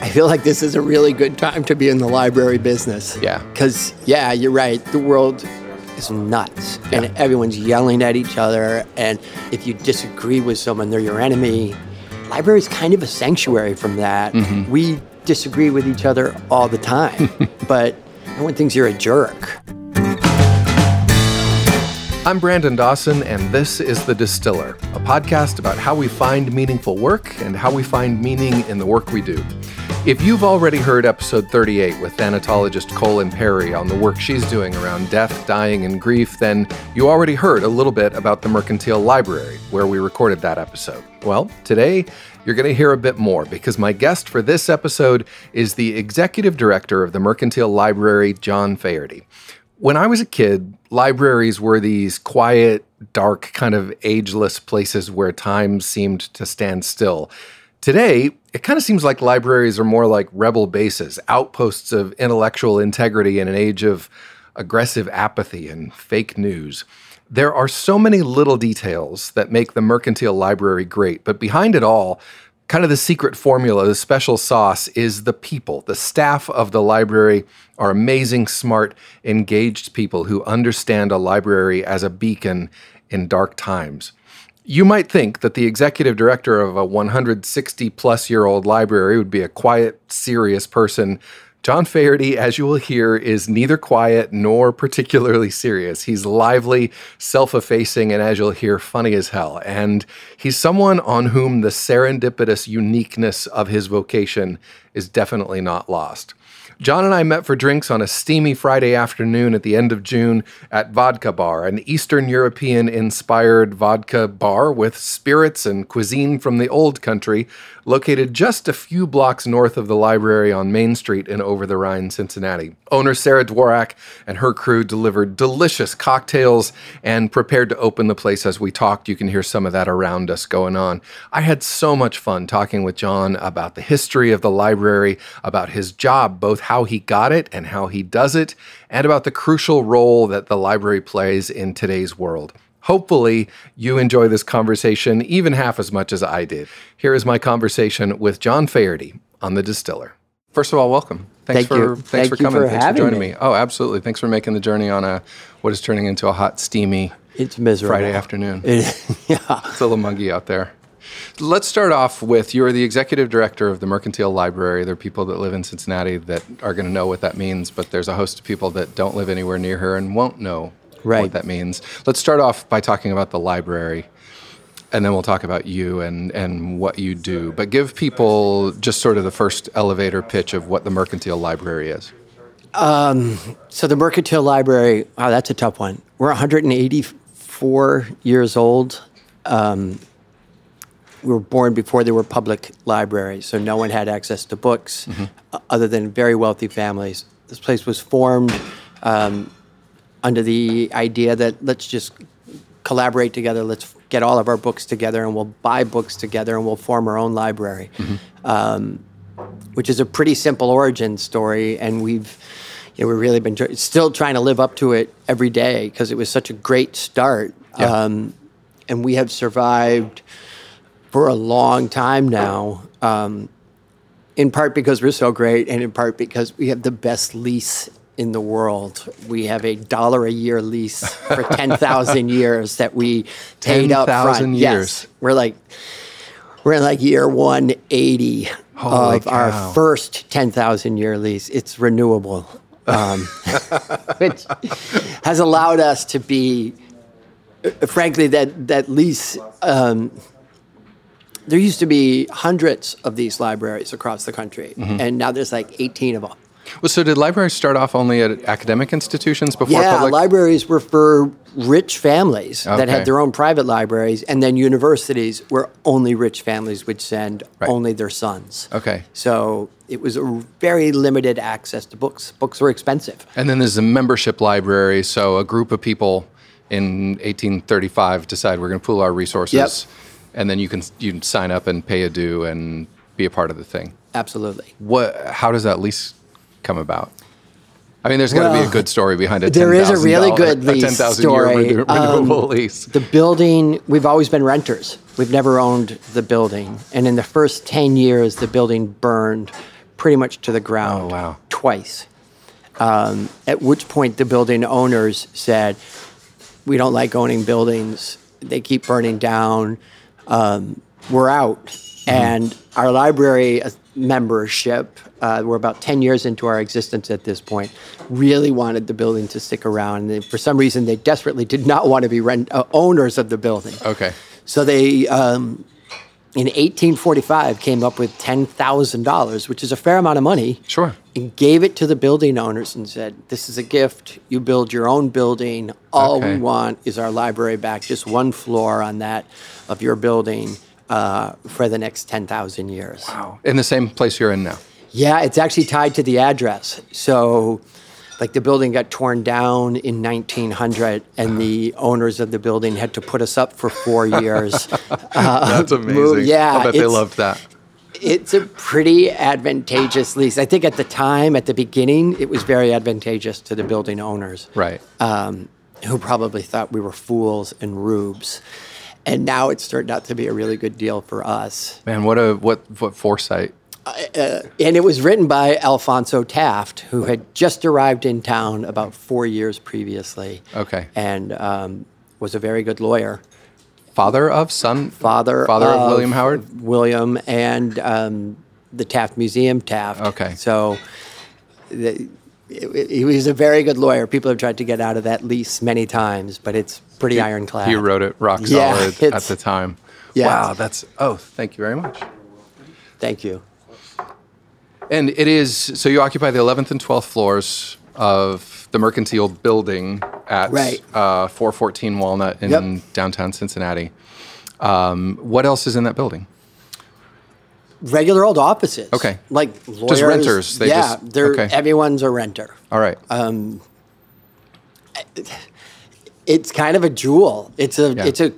I feel like this is a really good time to be in the library business. Yeah. Because, yeah, you're right. The world is nuts and everyone's yelling at each other. And if you disagree with someone, they're your enemy. Library is kind of a sanctuary from that. Mm-hmm. We disagree with each other all the time, but no one thinks you're a jerk. I'm Brandon Dawson, and this is The Distiller, a podcast about how we find meaningful work and how we find meaning in the work we do. If you've already heard episode 38 with thanatologist Colin Perry on the work she's doing around death, dying, and grief, then you already heard a little bit about the Mercantile Library, where we recorded that episode. Well, today you're going to hear a bit more because my guest for this episode is the executive director of the Mercantile Library, John Faherty. When I was a kid, libraries were these quiet, dark, kind of ageless places where time seemed to stand still. Today, it kind of seems like libraries are more like rebel bases, outposts of intellectual integrity in an age of aggressive apathy and fake news. There are so many little details that make the mercantile library great, but behind it all, kind of the secret formula, the special sauce is the people. The staff of the library are amazing, smart, engaged people who understand a library as a beacon in dark times. You might think that the executive director of a 160 plus year old library would be a quiet, serious person. John Faherty, as you will hear, is neither quiet nor particularly serious. He's lively, self effacing, and as you'll hear, funny as hell. And he's someone on whom the serendipitous uniqueness of his vocation is definitely not lost. John and I met for drinks on a steamy Friday afternoon at the end of June at Vodka Bar, an Eastern European inspired vodka bar with spirits and cuisine from the old country, located just a few blocks north of the library on Main Street in Over the Rhine, Cincinnati. Owner Sarah Dworak and her crew delivered delicious cocktails and prepared to open the place as we talked. You can hear some of that around us going on. I had so much fun talking with John about the history of the library, about his job, both how he got it and how he does it, and about the crucial role that the library plays in today's world. Hopefully, you enjoy this conversation even half as much as I did. Here is my conversation with John Faherty on The Distiller. First of all, welcome. Thank Thanks for you. thanks Thank for you coming. for thanks for having joining me. me. Oh, absolutely. Thanks for making the journey on a what is turning into a hot, steamy It's miserable. Friday afternoon. yeah. It's a little muggy out there. Let's start off with you are the executive director of the Mercantile Library. There are people that live in Cincinnati that are going to know what that means, but there's a host of people that don't live anywhere near her and won't know Right. what that means. Let's start off by talking about the library, and then we'll talk about you and, and what you do. But give people just sort of the first elevator pitch of what the Mercantile Library is. So the Mercantile Library, wow, that's a tough one. We're 184 years old. Um, we were born before there were public libraries, so no one had access to books uh, other than very wealthy families. This place was formed um, under the idea that let's just collaborate together, let's get all of our books together, and we'll buy books together, and we'll form our own library which is a pretty simple origin story, and we've you know, we've really been tr- still trying to live up to it every day because it was such a great start, Yeah. um, and we have survived for a long time now. Um, in part because we're so great, and in part because we have the best lease in the world. We have a dollar a year lease for ten thousand years that we paid up front. 10,000 Yes, years. we're like we're in like year 180 Holy of our cow. first 10,000 year lease. It's renewable, um, which has allowed us to be, uh, frankly, that, that lease. Um, there used to be hundreds of these libraries across the country, Mm-hmm. and now there's like 18 of them. Well, so did libraries start off only at academic institutions before Yeah, public? libraries were for rich families that Okay. had their own private libraries, and then universities where only rich families would send Right. only their sons. okay. So it was a very limited access to books. Books were expensive. And then there's a membership library. So a group of people in 1835 decide we're going to pool our resources, and then you can you can sign up and pay a due and be a part of the thing. Absolutely. What? How does that lease come about? I mean, there's got to be Well, a good story behind it. there is a really good lease ten thousand year story. Um, renew- renewable lease. The building, we've always been renters. We've never owned the building. And in the first 10 years, the building burned pretty much to the ground Oh, wow. twice. Um, at which point, the building owners said, "We don't like owning buildings. They keep burning down. Um, we're out." And our library uh, membership, uh, we're about ten years into our existence at this point, really wanted the building to stick around. And they, for some reason, they desperately did not want to be rent- uh, owners of the building. Okay. So they, um, in 1845, came up with $10,000, which is a fair amount of money. Sure. And gave it to the building owners and said, This is a gift. You build your own building. All Okay. we want is our library back, just one floor on that of your building uh, for the next 10,000 years. Wow. In the same place you're in now. Yeah, it's actually tied to the address. So, like the building got torn down in 1900, and the owners of the building had to put us up for four years. That's amazing. Uh, yeah, I bet they it's- loved that. it's a pretty advantageous lease. I think at the time, at the beginning, it was very advantageous to the building owners, Right. um, who probably thought we were fools and rubes. And now it's turned out to be a really good deal for us. Man, what a what what foresight. And it was written by Alfonso Taft, who had just arrived in town about four years previously. Okay. And um, was a very good lawyer. Father of son. Father, Father of, William Howard. William and um, the Taft Museum Taft. Okay. So the, it- he was a very good lawyer. People have tried to get out of that lease many times, but it's pretty ironclad. He wrote it rock Uh, Yeah, solid at it's- the time. Yeah. Wow, that's oh, thank you very much. Thank you. And it is so you occupy the 11th and 12th floors of the Mercantile Building at Right. uh, 414 Walnut in Yep. downtown Cincinnati. Um, what else is in that building? Regular old offices. Okay. Like lawyers. renters, they yeah. just- they're, okay. Everyone's a renter. All right. Uh, it's kind of a jewel. It's a Yeah. it's a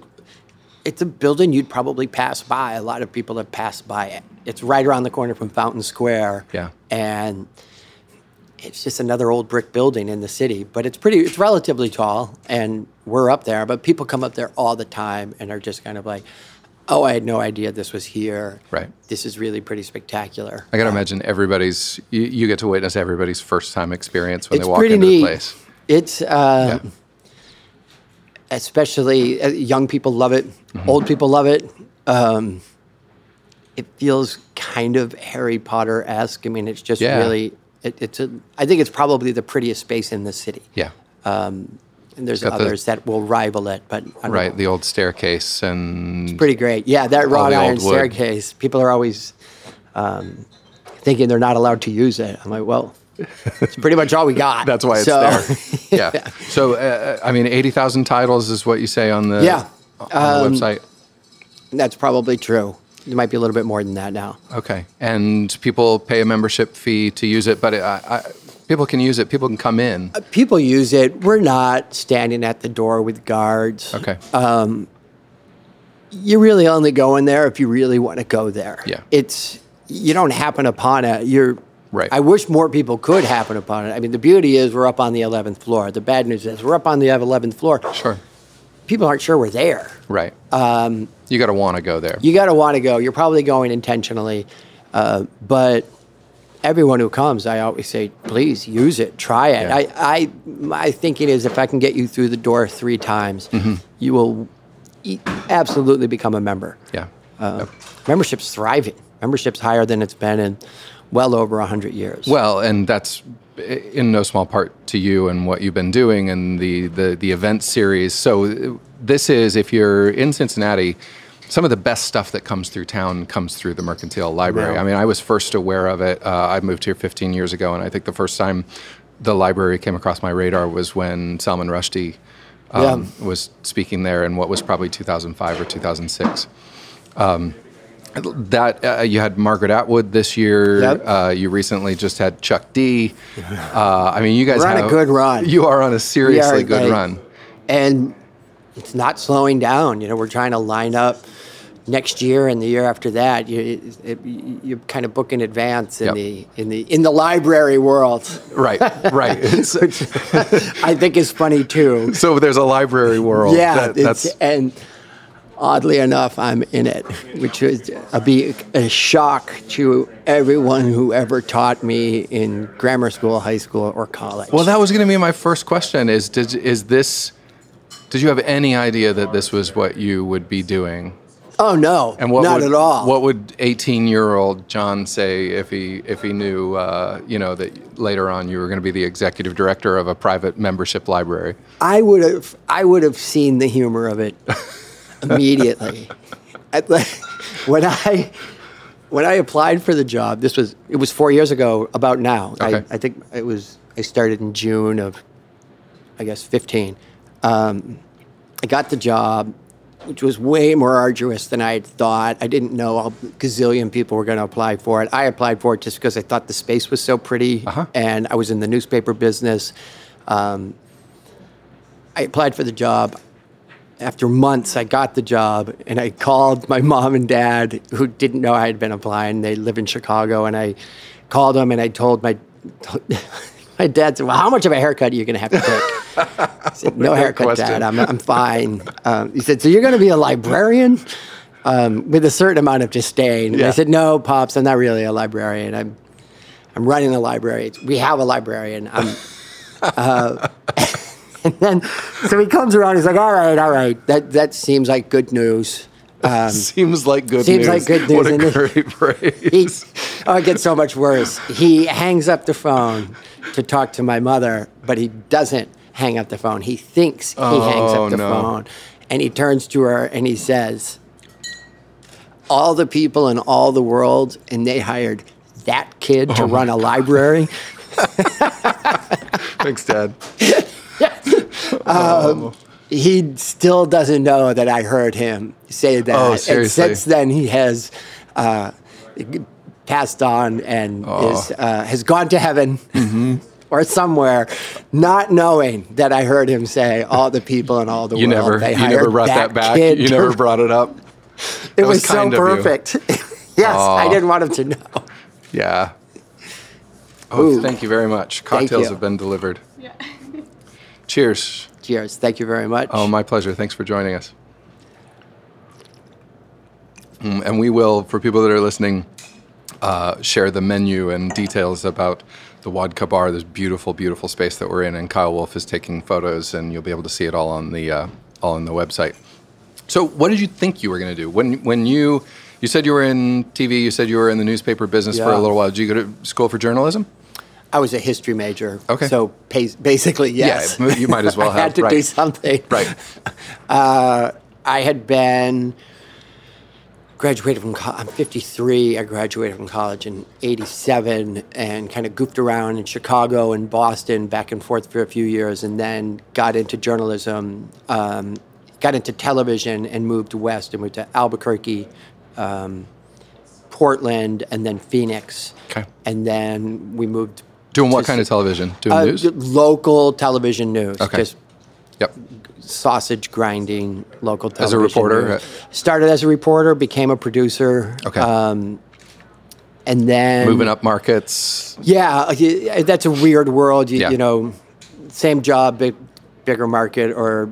it's a building you'd probably pass by. A lot of people have passed by it. It's right around the corner from Fountain Square. Yeah. And it's just another old brick building in the city, but it's pretty it's relatively tall and we're up there, but people come up there all the time and are just kind of like, "Oh, I had no idea this was here." Right. This is really pretty spectacular. I got to imagine everybody's, you, you get to witness everybody's first time experience when it's they walk pretty into neat. the place. It's uh, Yeah. especially uh, young people love it, Mm-hmm. old people love it. Um, it feels kind of Harry Potter esque. I mean, it's just Yeah. really. It, it's a. I think it's probably the prettiest space in the city. Yeah. And there's got the- others that will rival it, but I don't Right. know. The old staircase and pretty great. Yeah, that wrought the old iron wood. staircase. People are always um, thinking they're not allowed to use it. I'm like, well, it's pretty much all we got. that's why it's So- there. Yeah. So, uh, I mean, 80,000 titles is what you say on the, Yeah. Um, on the website. That's probably true. It might be a little bit more than that now. Okay. And people pay a membership fee to use it, but it, I, I, people can use it. People can come in. People use it. We're not standing at the door with guards. Okay. uh, You really only go in there if you really want to go there. Yeah. It's you don't happen upon it. You're Right. I wish more people could happen upon it. I mean, the beauty is we're up on the 11th floor. The bad news is we're up on the 11th floor. sure. People aren't sure we're there. Right. Um, you got to want to go there. You got to want to go. You're probably going intentionally, uh, but everyone who comes, I always say, please use it, try it. Yeah. I, I, my thinking is, if I can get you through the door three times, Mm-hmm. you will e- absolutely become a member. yeah. Membership's thriving. Membership's higher than it's been in well over hundred years. Well, and that's i- in no small part to you and what you've been doing and the the the event series. So uh, this is if you're in Cincinnati, some of the best stuff that comes through town comes through the Mercantile Library. Yeah. I mean, I was first aware of it. Uh, I moved here 15 years ago, and I think the first time the library came across my radar was when Salman Rushdie um, was speaking there in what was probably 2005 or 2006 that uh, you had Margaret Atwood this year. Yep. Uh, you recently just had Chuck D. Uh, I mean, you guys We're on a have- good run. You are on a seriously good like- run. and it's not slowing down. You know, we're trying to line up next year and the year after that. You, it, it, you kind of book in advance in Yep. the in the in the library world. Right, right. It's- I think is funny too. so there's a library world. Yeah, That- it's, e-, that's and oddly enough, I'm in it, which is a, be a shock to everyone who ever taught me in grammar school, high school, or college. Well, that was going to be my first question: is did is this? Did you have any idea that this was what you would be doing? oh no, And what not would, at all. What would eighteen-year-old John say if he if he knew uh, you know that later on you were going to be the executive director of a private membership library? I would have I would have seen the humor of it immediately. At the- when I when I applied for the job, this was it was four years ago. About now, Okay. I, I think it was I started in June of I guess fifteen. Um, I got the job, which was way more arduous than I had thought. I didn't know a gazillion people were going to apply for it. I applied for it just because I thought the space was so pretty, and I was in the newspaper business. Um, I applied for the job. After months, I got the job, and I called my mom and dad, who didn't know I had been applying. They live in Chicago, and I called them and I told my my dad said, "Well, how much of a haircut are you going to have to take?" I said, "No haircut, question. Dad. I'm I'm fine." Um, he said, "So you're going to be a librarian um, with a certain amount of disdain?" And Yeah. I said, "No, pops, I'm not really a librarian. I'm I'm running a library. We have a librarian. I'm." uh, And then, so he comes around. He's like, "All right, all right. That that seems like good news." seems like good seems news. like good What news, a isn't great phrase. He, oh, it gets so much worse. He hangs up the phone to talk to my mother, but he doesn't hang up the phone. He thinks he hangs Oh, up the no. phone, and he turns to her and he says, "All the people in all the world, and they hired that kid Oh, to run a library." Thanks, Dad. Um, he still doesn't know that I heard him say that. Oh, and seriously. since then, he has uh, passed on and Oh. is, uh, has gone to heaven Mm-hmm. or somewhere, not knowing that I heard him say, "All the people in all the You world." never they you hired never brought that, back. kid You to- never brought it up. it that was was, so kind of you. perfect. yes, I Aw. didn't want him to know. Yeah. Oh, Ooh. thank you very much. Thank Cocktails you. have been delivered. Cheers. Cheers. Thank you very much. Oh, my pleasure. Thanks for joining us. Mm, And we will, for people that are listening, uh, share the menu and details about the Wadka Bar, this beautiful, beautiful space that we're in. And Kyle Wolf is taking photos, and you'll be able to see it all on the uh, all on the website. So, what did you think you were going to do when when you you said you were in TV? You said you were in the newspaper business for Yeah. a little while. Did you go to school for journalism? I was a history major. Okay. So pas- basically, yes. Yeah, you might as well I have, had to do right. something. Right. uh, I had been graduated from college. I'm 53. I graduated from college in 87 and kind of goofed around in Chicago and Boston back and forth for a few years and then got into journalism, um, got into television and moved west and moved to Albuquerque, um, Portland, and then Phoenix. Okay. And then we moved. Doing what to kind of s- television? Doing uh, news? j- Local television news. Okay. Just Yep. sausage grinding local As a television. reporter, news. uh, started as a reporter, became a producer. Okay. Um, and then Moving up markets. Yeah, like, y- uh, that's a weird world. You, Yeah. you know, same job, big, bigger market, or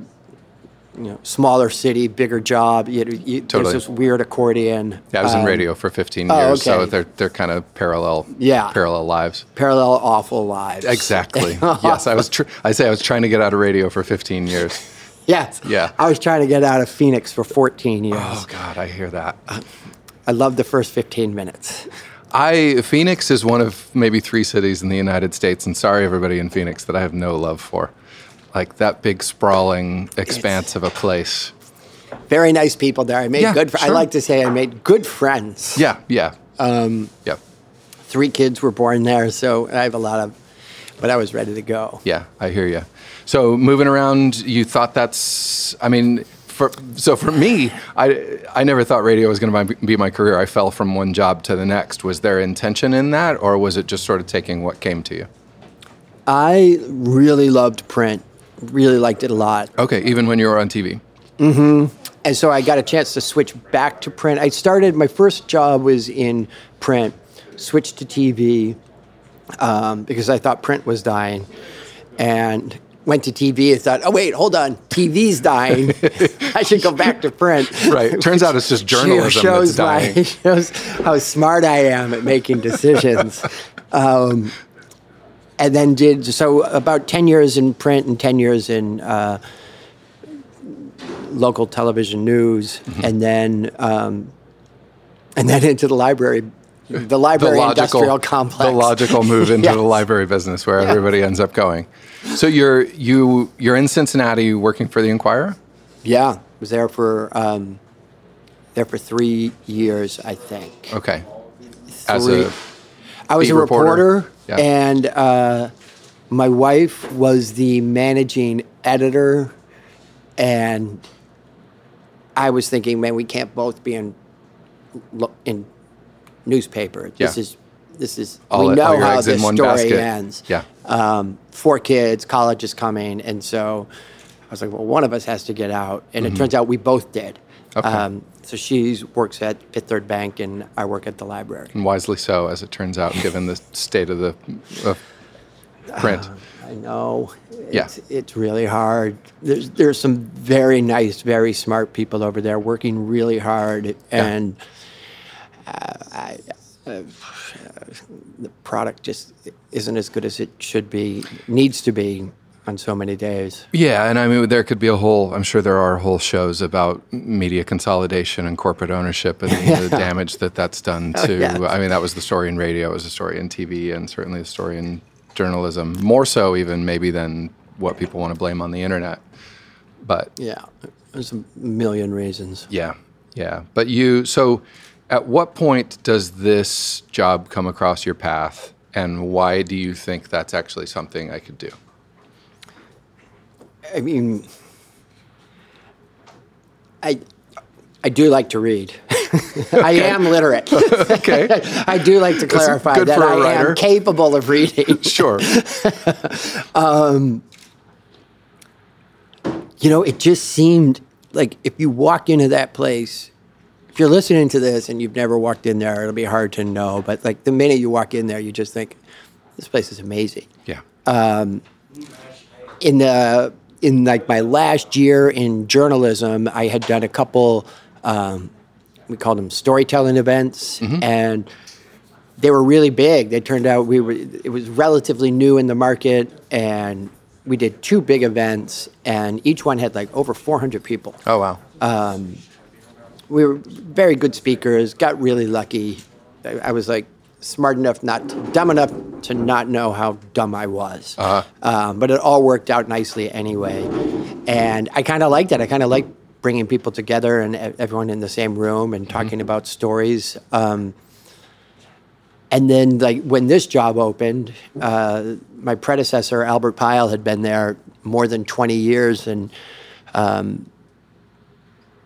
you know, smaller city, bigger job. You, you, Totally. There's this weird accordion. Yeah, I was in um, radio for 15 years, oh, so okay. they're they're kind of parallel. Yeah. parallel lives. Parallel awful lives. Oh, Exactly. yes, I was. Tr- I say I was trying to get out of radio for 15 years. Yes. Yeah. I was trying to get out of Phoenix for 14 years. Oh God, I hear that. I loved the first 15 minutes. I Phoenix is one of maybe three cities in the United States, and sorry everybody in Phoenix that I have no love for. Like that big sprawling expanse of a place. very nice people there. I made Yeah, good. Fr- I sure. like to say I made good friends. Yeah, yeah, um, yeah, Three kids were born there, so I have a lot of. But I was ready to go. yeah. I hear you. So moving around, you thought that's. I mean, for so for me, I I never thought radio was going to be my career. I fell from one job to the next. Was there intention in that, or was it just sort of taking what came to you? I really loved print. Really liked it a lot. Okay, even when you were on TV. and so I got a chance to switch back to print. I started my first job was in print, switched to TV um, because I thought print was dying, and went to TV and thought, oh, wait, hold on, TV's dying. I should go back to print. Right. Turns out it's just journalism that's shows my- dying. shows how smart I am at making decisions. um, and then did so about 10 years in print and 10 years in uh, local television news and then um, and then into the library the library industrial complex the logical move into the Yes. library business where everybody ends up going. So you're you you're in Cincinnati working for the Inquirer. yeah was there for um, there for three years i think Okay, as Three- a I was beat a reporter. reporter, Yeah. and uh, my wife was the managing editor, and I was thinking, man, we can't both be in lo- in newspaper. This Yeah. is this is all, we know all your how eggs this in one story basket. ends. Yeah, Um, four kids, college is coming, and so I was like, well, one of us has to get out, and it turns out we both did. Mm-hmm. Okay. Um, so she works at Fifth Third Bank, and I work at the library. and wisely so, as it turns out, given the state of the of print. I know. Yeah. It's, it's really hard. There's there's some very nice, very smart people over there working really hard, and uh, I, uh, the product just isn't as good as it should be, needs to be on so many days. Yeah, and I mean, there could be a whole. I'm sure there are whole shows about media consolidation and corporate ownership and the damage that that's done to. yeah. I mean, that was the story in radio, it was a story in TV, and certainly a story in journalism. More so, even maybe than what people want to blame on the internet. But Yeah, there's a million reasons. yeah, yeah. But you, so at what point does this job come across your path, and why do you think that's actually something I could do? I mean, I I do like to read. I am literate. Okay, I do like to clarify good that for a I writer. am capable of reading. sure. you know, it just seemed like if you walk into that place, if you're listening to this and you've never walked in there, it'll be hard to know. But like the minute you walk in there, you just think, this place is amazing. Yeah. in the in like my last year in journalism, I had done a couple. Um, we called them storytelling events, and they were really big. They turned out we were it was relatively new in the market, and we did two big events, and each one had like over 400 people. oh wow. We were very good speakers. Got really lucky. I, I was like smart enough not dumb enough to not know how dumb I was. Uh-huh. Um, but it all worked out nicely anyway. And I kind of liked that. I kind of liked bringing people together and e- everyone in the same room and talking about stories. Um, and then, like when this job opened, uh, my predecessor Albert Pyle had been there more than twenty years, and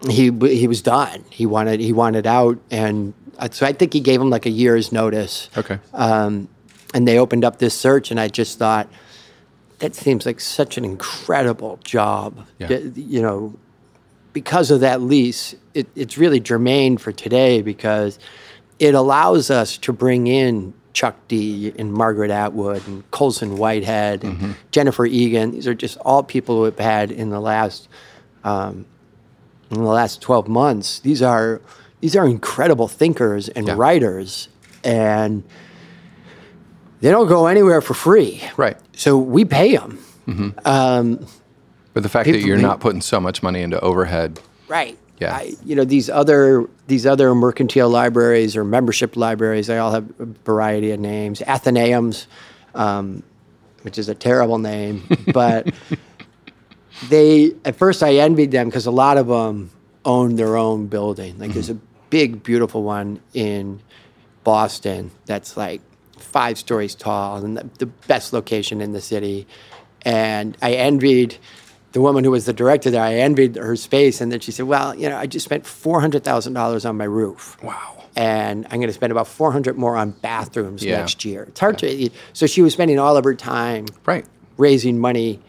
um, he w- he was done. He wanted he wanted out, and uh, so I think he gave him like a year's notice okay. um, and they opened up this search, and I just thought that seems like such an incredible job. Yeah. Th- You know, because of that lease, it, it's really germane for today because it allows us to bring in Chuck D and Margaret Atwood and Colson Whitehead and Jennifer Egan. These are just all people who have had in the last in the last 12 months these are these are incredible thinkers and Yeah. writers and they don't go anywhere for free Right. so we pay them But the fact that People you're make- not putting so much money into overhead, right Yeah. I, you know these other these other mercantile libraries or membership libraries they all have a variety of names athenaeums um, which is a terrible name but they at first I envied them because a lot of them own their own building. Like there's a Mm-hmm. big, beautiful one in Boston that's like five stories tall and the, the best location in the city. And I envied the woman who was the director there. I envied her space, and then she said, "Well, you know, I just spent four hundred thousand dollars on my roof. Wow. And I'm going to spend about four hundred more on bathrooms Yeah. next year. It's hard to. So she was spending all of her time right? raising money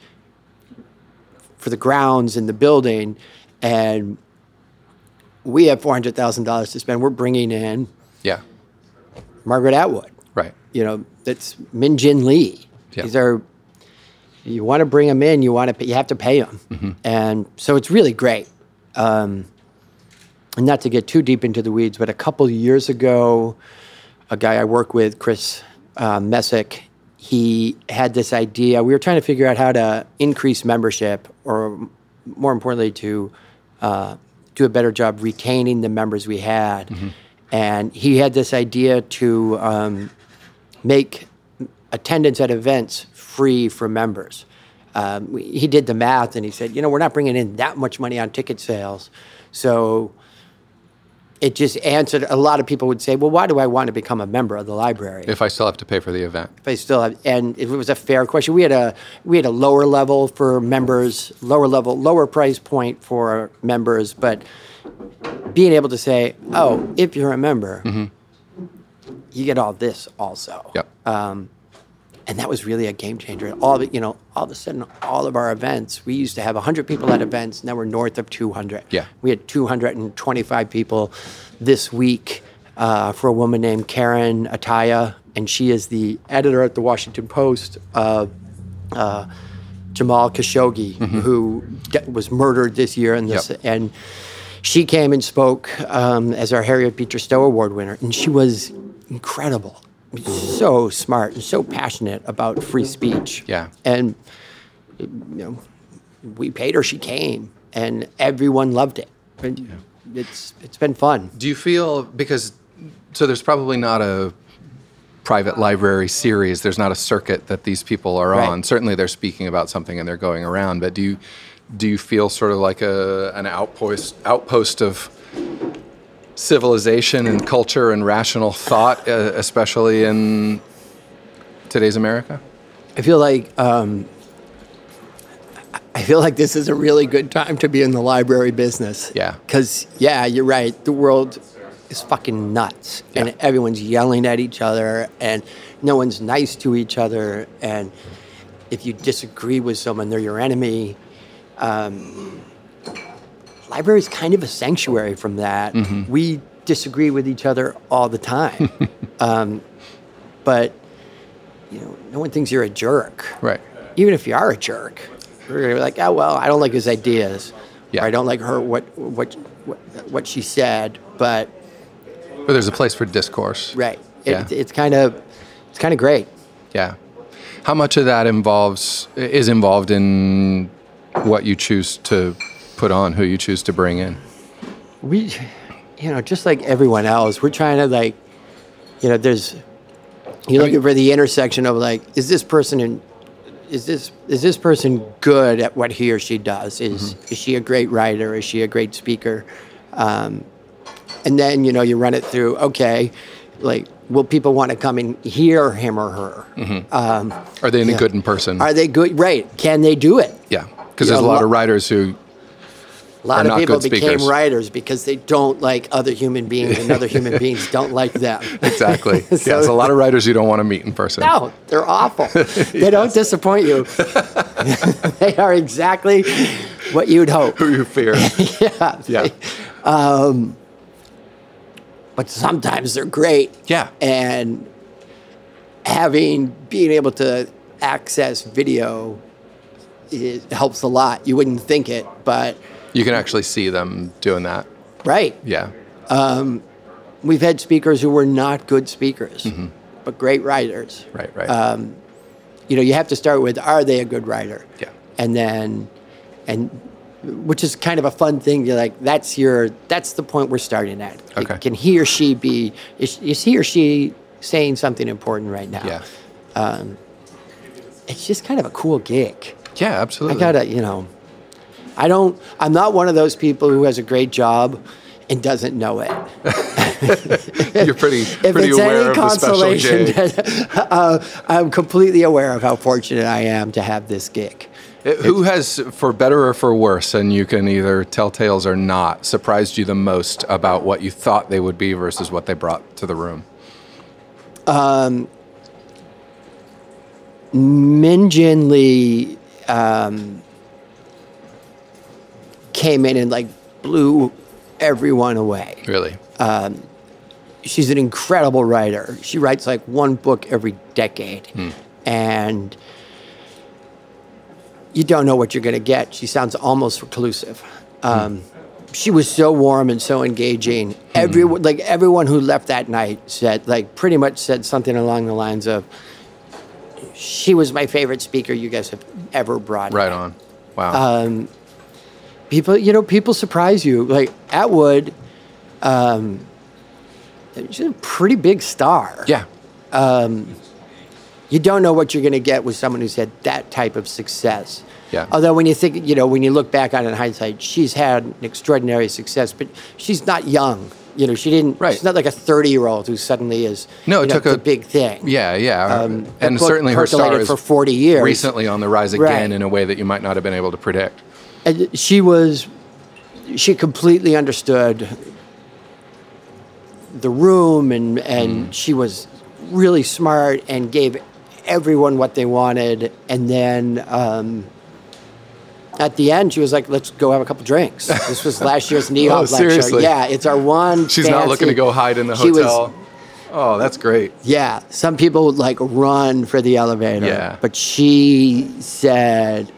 for the grounds and the building, and we have four hundred thousand dollars to spend. We're bringing in Yeah. Margaret Atwood. Right. You know, that's Min Jin Lee. Yeah. These are you want to bring them in, you want to you have to pay them, and so it's really great. Um, and not to get too deep into the weeds, but a couple years ago, a guy I work with, Chris uh, Messick, he had this idea. We were trying to figure out how to increase membership, or m- more importantly, to uh, do a better job retaining the members we had. And he had this idea to um, make attendance at events free for members. Um, we- he did the math and he said, you know, we're not bringing in that much money on ticket sales. So it just answered a lot of people would say, well, why do I want to become a member of the library? If I still have to pay for the event. if I still have, and if it was a fair question, we had a we had a lower level for members, lower level, lower price point for members, but being able to say, oh, if you're a member, you get all this also, Mm-hmm. Yep. and that was really a game changer. All the, you know, all of a sudden, all of our events, we used to have 100 people at events, now we're north of 200. Yeah. we had 225 people this week uh, for a woman named Karen Ataya, and she is the editor at the Washington Post of uh, Jamal Khashoggi, who de- was murdered this year, in this, Mm-hmm. Yep. and she came and spoke um, as our Harriet Beecher Stowe Award winner, and she was incredible, so smart, and so passionate about free speech. Yeah. and you know, we paid her. She came, and everyone loved it. And It's it's been fun. Do you feel because so there's probably not a private library series. There's not a circuit that these people are Right. on. Certainly, they're speaking about something and they're going around. But do you do you feel sort of like a an outpost outpost of civilization and culture and rational thought, uh, especially in today's America? I feel like um, I- I feel like this is a really good time to be in the library business. Yeah. Because yeah, you're right. The world is fucking nuts, Yeah. and everyone's yelling at each other, and no one's nice to each other, and if you disagree with someone, they're your enemy. Um, library is kind of a sanctuary from that. Mm-hmm. We disagree with each other all the time, um, but you know, no one thinks you're a jerk Right. even if you are a jerk, you're gonna be like, oh well, I don't like his ideas, Yeah. or I don't like her what what what, what she said. But But there's a place for discourse. right, it, Yeah. it's kind of it's kind of great. Yeah. How much of that involves is involved in what you choose to put on, who you choose to bring in? we you know just like everyone else we're trying to like you know there's you're looking for the intersection of like is this person in is this is this person good at what he or she does is Mm-hmm. is she a great writer is she a great speaker um, and then you know you run it through okay like will people want to come and hear him or her Mm-hmm. um, Are they any good in person? are they good right can they do it yeah, because Yeah, there's a a lot lo- of writers who. A lot are of not people good became speakers. writers because they don't like other human beings, and other human beings don't like them. Exactly. yeah, So- there's a lot of writers you don't want to meet in person. No, they're awful. They don't disappoint you. they are exactly what you'd hope. Who you fear. Yeah. Yeah. But sometimes they're great. Yeah. And having being able to access video it helps a lot. You wouldn't think it, but You can actually see them doing that. right. Yeah. We've had speakers who were not good speakers, but great writers. Right, right. Um, you know you have to start with are they a good writer Yeah. and then and which is kind of a fun thing you're like that's your that's the point we're starting at Like, Okay. can he or she be is, is he or she saying something important right now yeah. it's just kind of a cool gig Yeah, i absolutely. gotta you know i don't i'm not one of those people who has a great job and doesn't know it You're pretty, if pretty it's aware any of the special consolation gig. uh, i'm completely aware of how fortunate i am to have this gig It- Uh, Who has, for better or for worse, and you can either tell tales or not, surprised you the most about what you thought they would be versus what they brought to the room? Minjin Lee um, came in and like blew everyone away. Really? She's an incredible writer. She writes like one book every decade, and you don't know what you're going to get. She sounds almost reclusive. Um, She was so warm and so engaging. Every like everyone who left that night said like pretty much said something along the lines of, "She was my favorite speaker you guys have ever brought." Right on. Wow. people you know people surprise you like atwood um, she's a pretty big star yeah. you don't know what you're going to get with someone who's had that type of success Yeah. although when you think you know when you look back on it in hindsight she's had an extraordinary success but she's not young you know she didn't Right. she's not like a 30 year old who suddenly is No, it you know, took it's a- big thing Yeah, yeah. Um, that and book certainly her star percolated is for 40 years recently on the rise again Right. in a way that you might not have been able to predict. And she was, she completely understood the room, and and Mm. she was really smart and gave everyone what they wanted. And then um, at the end, she was like, "Let's go have a couple drinks." This was last year's Oh, Neon lecture. seriously? Yeah, it's our one. She's not looking to fancy- go hide in the She was- hotel. oh, that's great. yeah, some people would like run for the elevator. Yeah. but she said,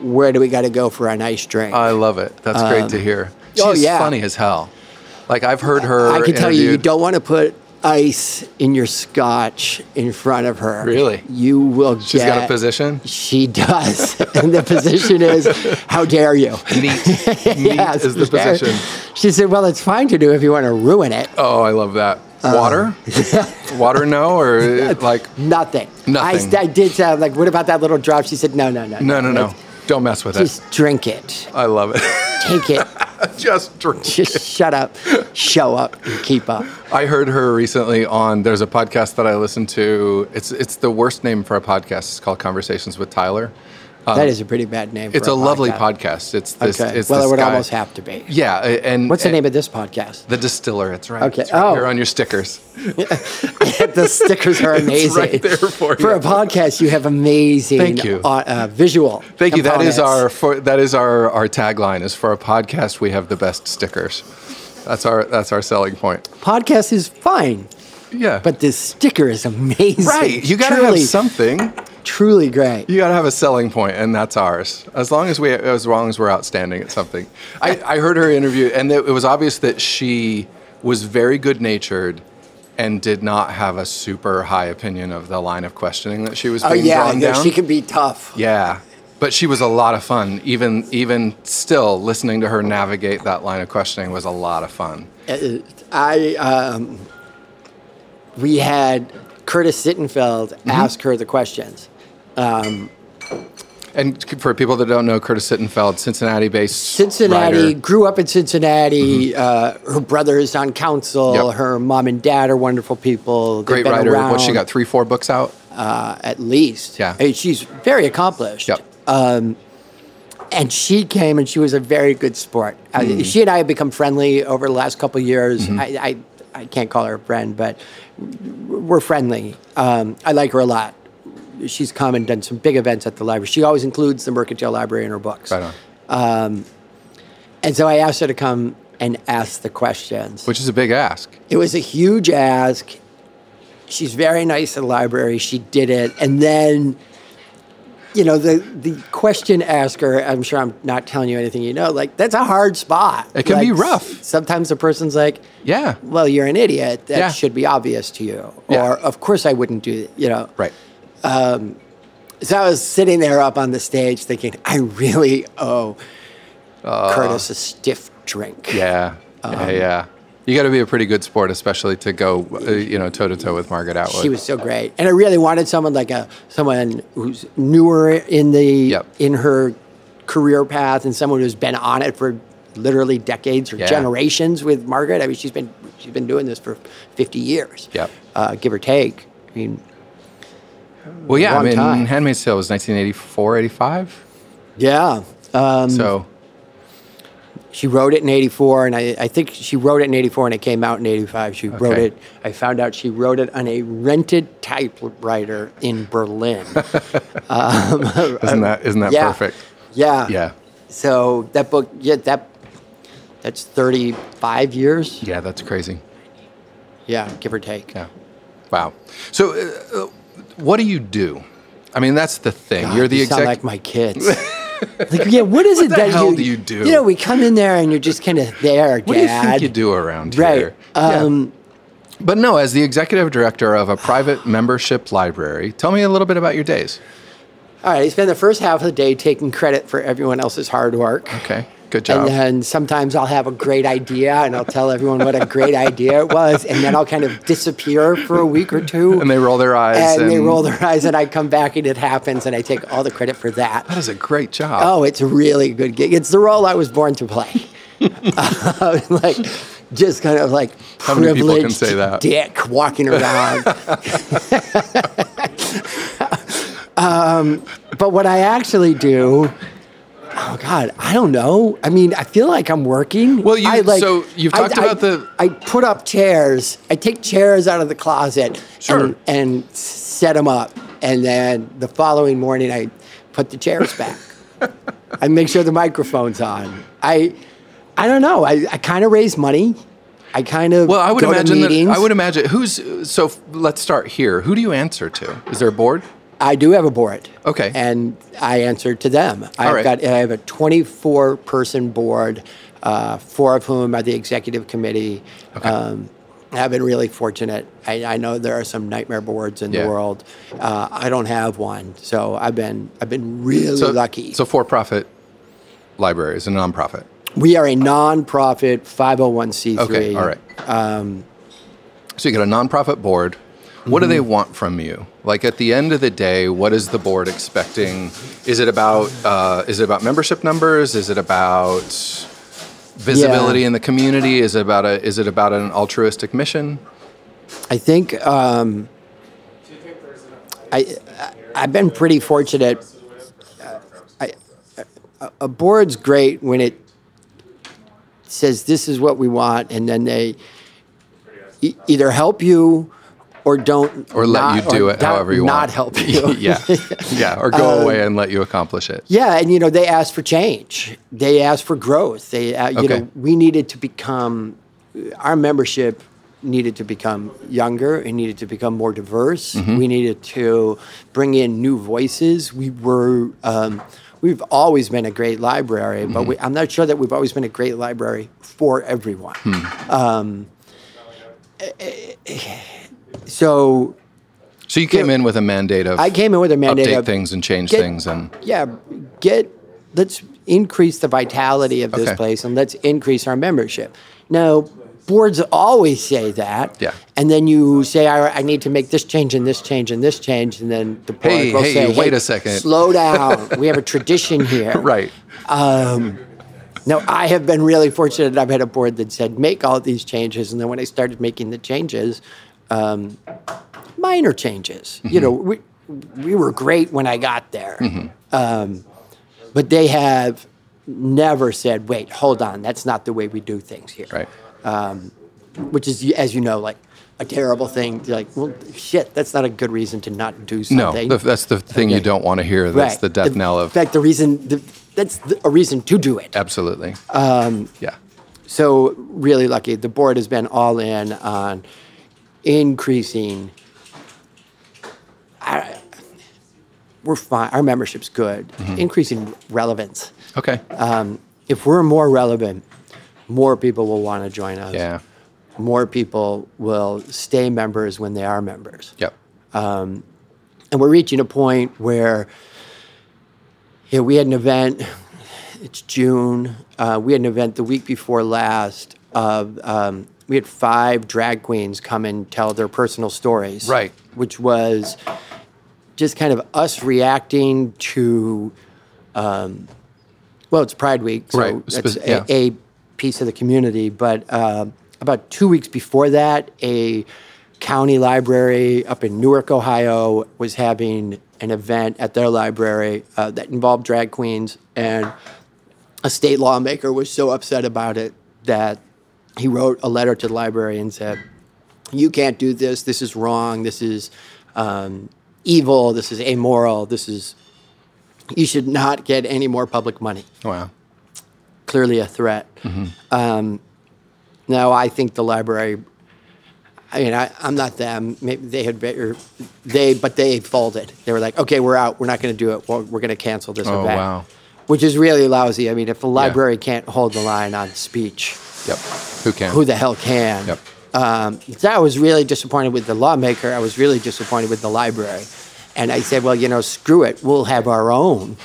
"Where do we got to go for a nice drink?" I love it. That's great to hear. She's oh, yeah. funny as hell. Like I've heard her. I can tell you, you interviewed- don't want to put ice in your scotch in front of her. Really? You will She's get. got a position. She does. and the position is, how dare you? Neat. Neat is the very- position. She said, well, it's fine to do if you want to ruin it. Oh, I love that. Uh, Water? Water? No, or like Nothing. Nothing. I, I did sound like, what about that little drop? She said, no, no, no. no, no, no. Don't mess with it. Just drink it. I love it. Take it. Just drink. Just shut up, show up, and keep up. I heard her recently on there's a podcast that I listen to. It's it's the worst name for a podcast. It's called Conversations with Tyler. that is a pretty bad name. It's for a, a, lovely podcast. It's Eh. this. Okay. It's well, this it would guy- almost have to be. Yeah, a- and What's the and- name of this podcast? The distiller. It's right. Okay. It's right Oh. here on your stickers. the stickers are amazing. right there for you. a podcast, you have amazing Thank you. au- Uh, visual. Thank you. That is our components. for, that is our our tagline. Is for a podcast we have the best stickers. That's our that's our selling point. podcast is fine, Yeah. but this sticker is amazing. right, you gotta truly, have something. Truly great. You got to have a selling point, and that's ours. As long as we, as long as we're outstanding at something. I, I heard her interview, and it was obvious that she was very good natured and did not have a super high opinion of the line of questioning that she was Oh being yeah, drawn yeah, down. she can be tough. yeah, but she was a lot of fun. Even even still, listening to her navigate that line of questioning was a lot of fun. Uh, I um, we had Curtis Sittenfeld Mm-hmm. ask her the questions. And for people that don't know, Curtis Sittenfeld, Cincinnati-based Cincinnati, writer. grew up in Cincinnati. Uh, her brother is on council. Mm-hmm. Yep. Her mom and dad are wonderful people. They've Great been writer. What she around. got? Three, four books out. uh, at least. Yeah. And she's very accomplished. Yep. Um, and she came and she was a very good sport. Uh, Mm-hmm. she and I have become friendly over the last couple of years. I, I, I can't call her a friend, but we're friendly. Um, I like her a lot. She's come and done some big events at the library. She always includes the Mercantile Library in her books. Right on. And so I asked her to come and ask the questions. Which is a big ask. It was a huge ask. She's very nice at the library. She did it. And then, you know, the, the question asker, I'm sure I'm not telling you anything you know, like, that's a hard spot. It can be Like, rough. s- Sometimes the person's like, Yeah. well, you're an idiot. That Yeah. should be obvious to you. Or, Yeah. of course I wouldn't do it, you know. Right. So I was sitting there up on the stage thinking, I really owe Curtis a stiff drink. Uh. Yeah. Um, yeah. Yeah. You got to be a pretty good sport, especially to go, uh, you know, toe to toe with Margaret Atwood. She was so great, and I really wanted someone like a someone who's newer in the Yep. in her career path, and someone who's been on it for literally decades or Yeah. generations with Margaret. I mean, she's been she's been doing this for fifty years, Yep. uh, give or take. I mean, well, yeah. I long mean, time. Handmaid's Tale was 1984, 85. yeah, um, so, she wrote it in '84, and I, I think she wrote it in '84, and it came out in '85. She wrote Okay. it. I found out she wrote it on a rented typewriter in Berlin. isn't that isn't that perfect? Yeah. Yeah. So that book, yeah, that that's thirty five years. Yeah. That's crazy. Yeah, give or take. Yeah. Wow. So, uh, uh, what do you do I mean, that's the thing. God, you're the you sound executive. like my kids. like, yeah, what is it the that hell you do you do? You know, we come in there and you're just kind of there, what do you Dad. think you do around Right. here? Um, Yeah. But no, as the executive director of a private membership library, tell me a little bit about your days. All right, I spend the first half of the day taking credit for everyone else's hard work. Okay, good job. And then sometimes I'll have a great idea and I'll tell everyone what a great idea it was. And then I'll kind of disappear for a week or two. and they roll their eyes. uh, and they roll their eyes and I come back and it happens and I take all the credit for That that. is a great job. Oh, it's a really good gig. It's the role I was born to play. Uh, like just kind of like How many people can privileged say that? dick walking around. um, Um, but what I actually do, oh God, I don't know. I mean, I feel like I'm working. Well, you- I, like, so you've I- talked I- about the- I put up chairs. I take chairs out of the closet Sure. and, and set them up, and then the following morning I put the chairs back. I make sure the microphone's on. I, I don't know. I, I kind of raise money. I kind of Well, I would go to imagine that meetings. I would imagine who's so f- let's start here. Who do you answer to? Is there a board? I do have a board. Okay. And I answer to them. I've right. got I have a 24 person board, uh, four of whom are the executive committee. Um, I've been really fortunate. I, I know there are some nightmare boards in Yeah. the world. Uh, I don't have one, so I've been I've been really So lucky. So for-profit library is a nonprofit. we are a nonprofit 501c3. Okay, all right. Um, so you got a nonprofit board. What Mm-hmm. do they want from you? Like at the end of the day, what is the board expecting? Is it about uh, is it about membership numbers? Is it about visibility in the community? Is it about a is it about an altruistic mission? I think um, I, I I've been pretty fortunate. Uh, I- a- a board's great when it says this is what we want, and then they e- either help you or don't, Or let not- you do or it however you not want. Not help you. yeah, yeah, or go away and let you accomplish it. Um, Yeah, and you know they asked for change. They asked for growth. They, uh, you Okay. know, we needed to become uh, our membership needed to become younger. It needed to become more diverse. Mm-hmm. We needed to bring in new voices. We were. Um, We've always been a great library, Mm-hmm. but we, I'm not sure that we've always been a great library for everyone. Hmm. Um, eh, eh, eh, so So you came in with a mandate of I came in with a mandate update of things and change get- things and yeah, get let's increase the vitality of this Okay. place and let's increase our membership. Now, boards always say that. Yeah. And then you say, I, I need to make this change and this change and this change. And then the board Hey, will hey, say, wait a second." Slow down. we have a tradition here. right. Now, I have been really fortunate. I've had a board that said, make all these changes. And then when I started making the changes, um, minor changes, you know, we, Mm-hmm. we were great when I got there. Um, but they have never said, wait, hold on, that's not the way we do things here. Right. Which is, as you know, like a terrible thing. You're like, well, shit, that's not a good reason to not do No, something. the, that's the thing you Okay. don't want to hear. That's the death knell In of fact, the reason, the, that's the, a reason to do it. absolutely. Um, yeah. so really lucky. The board has been all in on increasing. I, we're fine. Our membership's good. Increasing relevance. Okay. Um, if we're more relevant, more people will want to join us. yeah. More people will stay members when they are members. Yep. And we're reaching a point where you know, we had an event, it's June. Uh, we had an event the week before last. Of, um, we had five drag queens come and tell their personal stories. Right. Which was just kind of us reacting to, um, well, it's Pride Week, so Right, that's spec- a, yeah. a piece of the community. But uh, about two weeks before that, a county library up in Newark, Ohio, was having an event at their library uh, that involved drag queens, and a state lawmaker was so upset about it that he wrote a letter to the library and said, you can't do this. This is wrong. This is um, evil. This is amoral. This is, you should not get any more public money. Wow. Mm-hmm. Clearly a threat. Um, now, I think the library, I mean, I, I'm not them. Maybe they had better, they, but they folded. They were like, okay, we're out. We're not going to do it. We're, we're going to cancel this Oh, event. wow. Which is really lousy. I mean, if the library can't hold the line on speech, Yep. Who can? who the hell can? Yep. Um, so I was really disappointed with the lawmaker. I was really disappointed with the library. And I said, well, you know, screw it. We'll have our own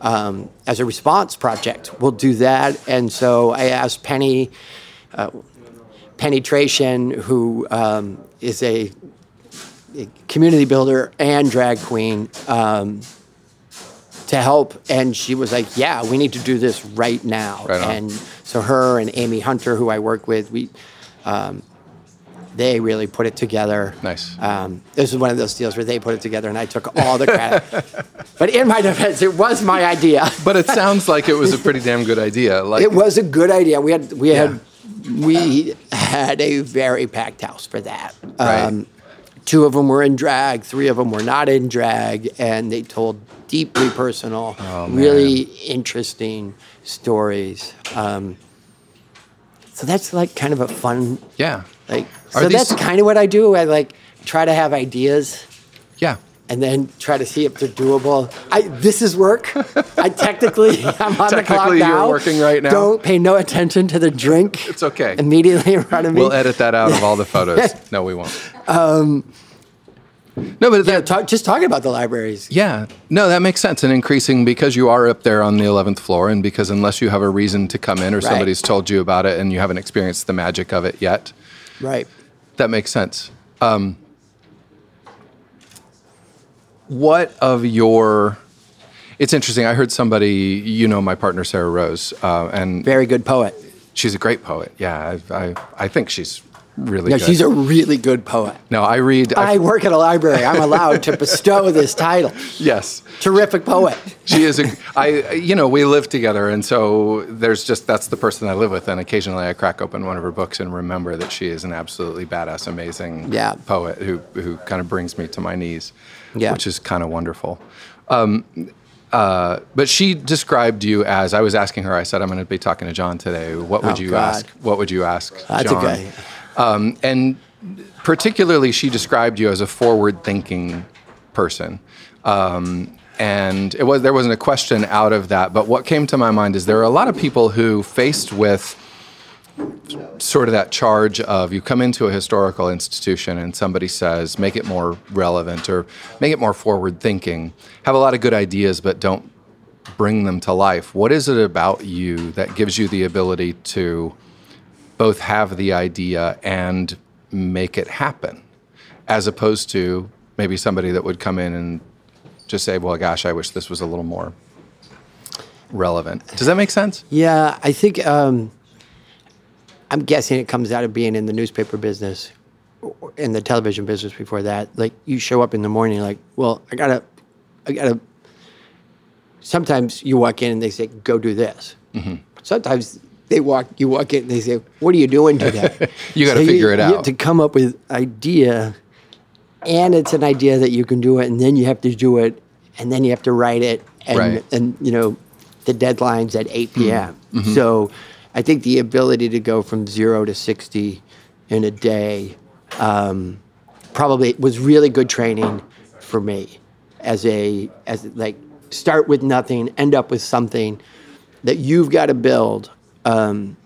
um, as a response project. We'll do that. And so I asked Penny, uh, Penny Tration, who um, is a, a community builder and drag queen, um, to help. And she was like, yeah, we need to do this right now. Right on. and so her and Amy Hunter, who I work with, we um, they really put it together. Nice. Um, this is one of those deals where they put it together and I took all the credit. but in my defense, it was my idea. but it sounds like it was a pretty damn good idea. Like It was a good idea. We had we Yeah. had we had a very packed house for that. Um, Right. Two of them were in drag, three of them were not in drag, and they told deeply personal, Oh, really interesting stories. Um, so that's like kind of a fun Yeah. Like, so Are these- that's kind of what I do. I like try to have ideas Yeah. and then try to see if they're doable. I this is work. I technically I'm on the clock Technically, you're now. working right now. Don't pay no attention to the drink. It's okay. Immediately in front of me. We'll edit that out of all the photos. No, we won't. Um, no, but that, Talk, just talking about the libraries. yeah, no, that makes sense. And increasing because you are up there on the 11th floor, and because unless you have a reason to come in or somebody's told you about it and you haven't experienced the magic of it yet, Right. that makes sense. Um, what of your. It's interesting. I heard somebody, you know, my partner, Sarah Rose, uh, and Very good poet. She's a great poet. Yeah, I, I, I think she's really No, good. she's a really good poet. no, I read. I, I work at a library. I'm allowed to bestow this title. yes, Terrific poet. she is. A, I you know we live together, and so there's just that's the person I live with, and occasionally I crack open one of her books and remember that she is an absolutely badass, amazing Yeah. poet who who kind of brings me to my knees, Yeah. which is kind of wonderful. Um, uh, but she described you as I was asking her. I said, "I'm going to be talking to John today. What would Oh, you God. ask? What would you ask?" That's John? okay. Um, and particularly, she described you as a forward-thinking person. Um, and it was there wasn't a question out of that. But what came to my mind is there are a lot of people who faced with sort of that charge of you come into a historical institution and somebody says make it more relevant or make it more forward thinking have a lot of good ideas but don't bring them to life what is it about you that gives you the ability to both have the idea and make it happen, as opposed to maybe somebody that would come in and just say, "Well, gosh, I wish this was a little more relevant." Does that make sense? Yeah, I think um, I'm guessing it comes out of being in the newspaper business, or in the television business before that. Like you show up in the morning, like, well, I gotta, I gotta. Sometimes you walk in and they say, "Go do this." Mm-hmm. Sometimes they walk, you walk in and they say, "What are you doing today?" You gotta figure it you have out. to come up with idea, and it's an idea that you can do it, and then you have to do it, and then you have to write it, and Right. and you know the deadlines at 8 p.m. So I think the ability to go from zero to 60 in a day um, probably was really good training for me as a as like start with nothing, end up with something that you've got to build. Um,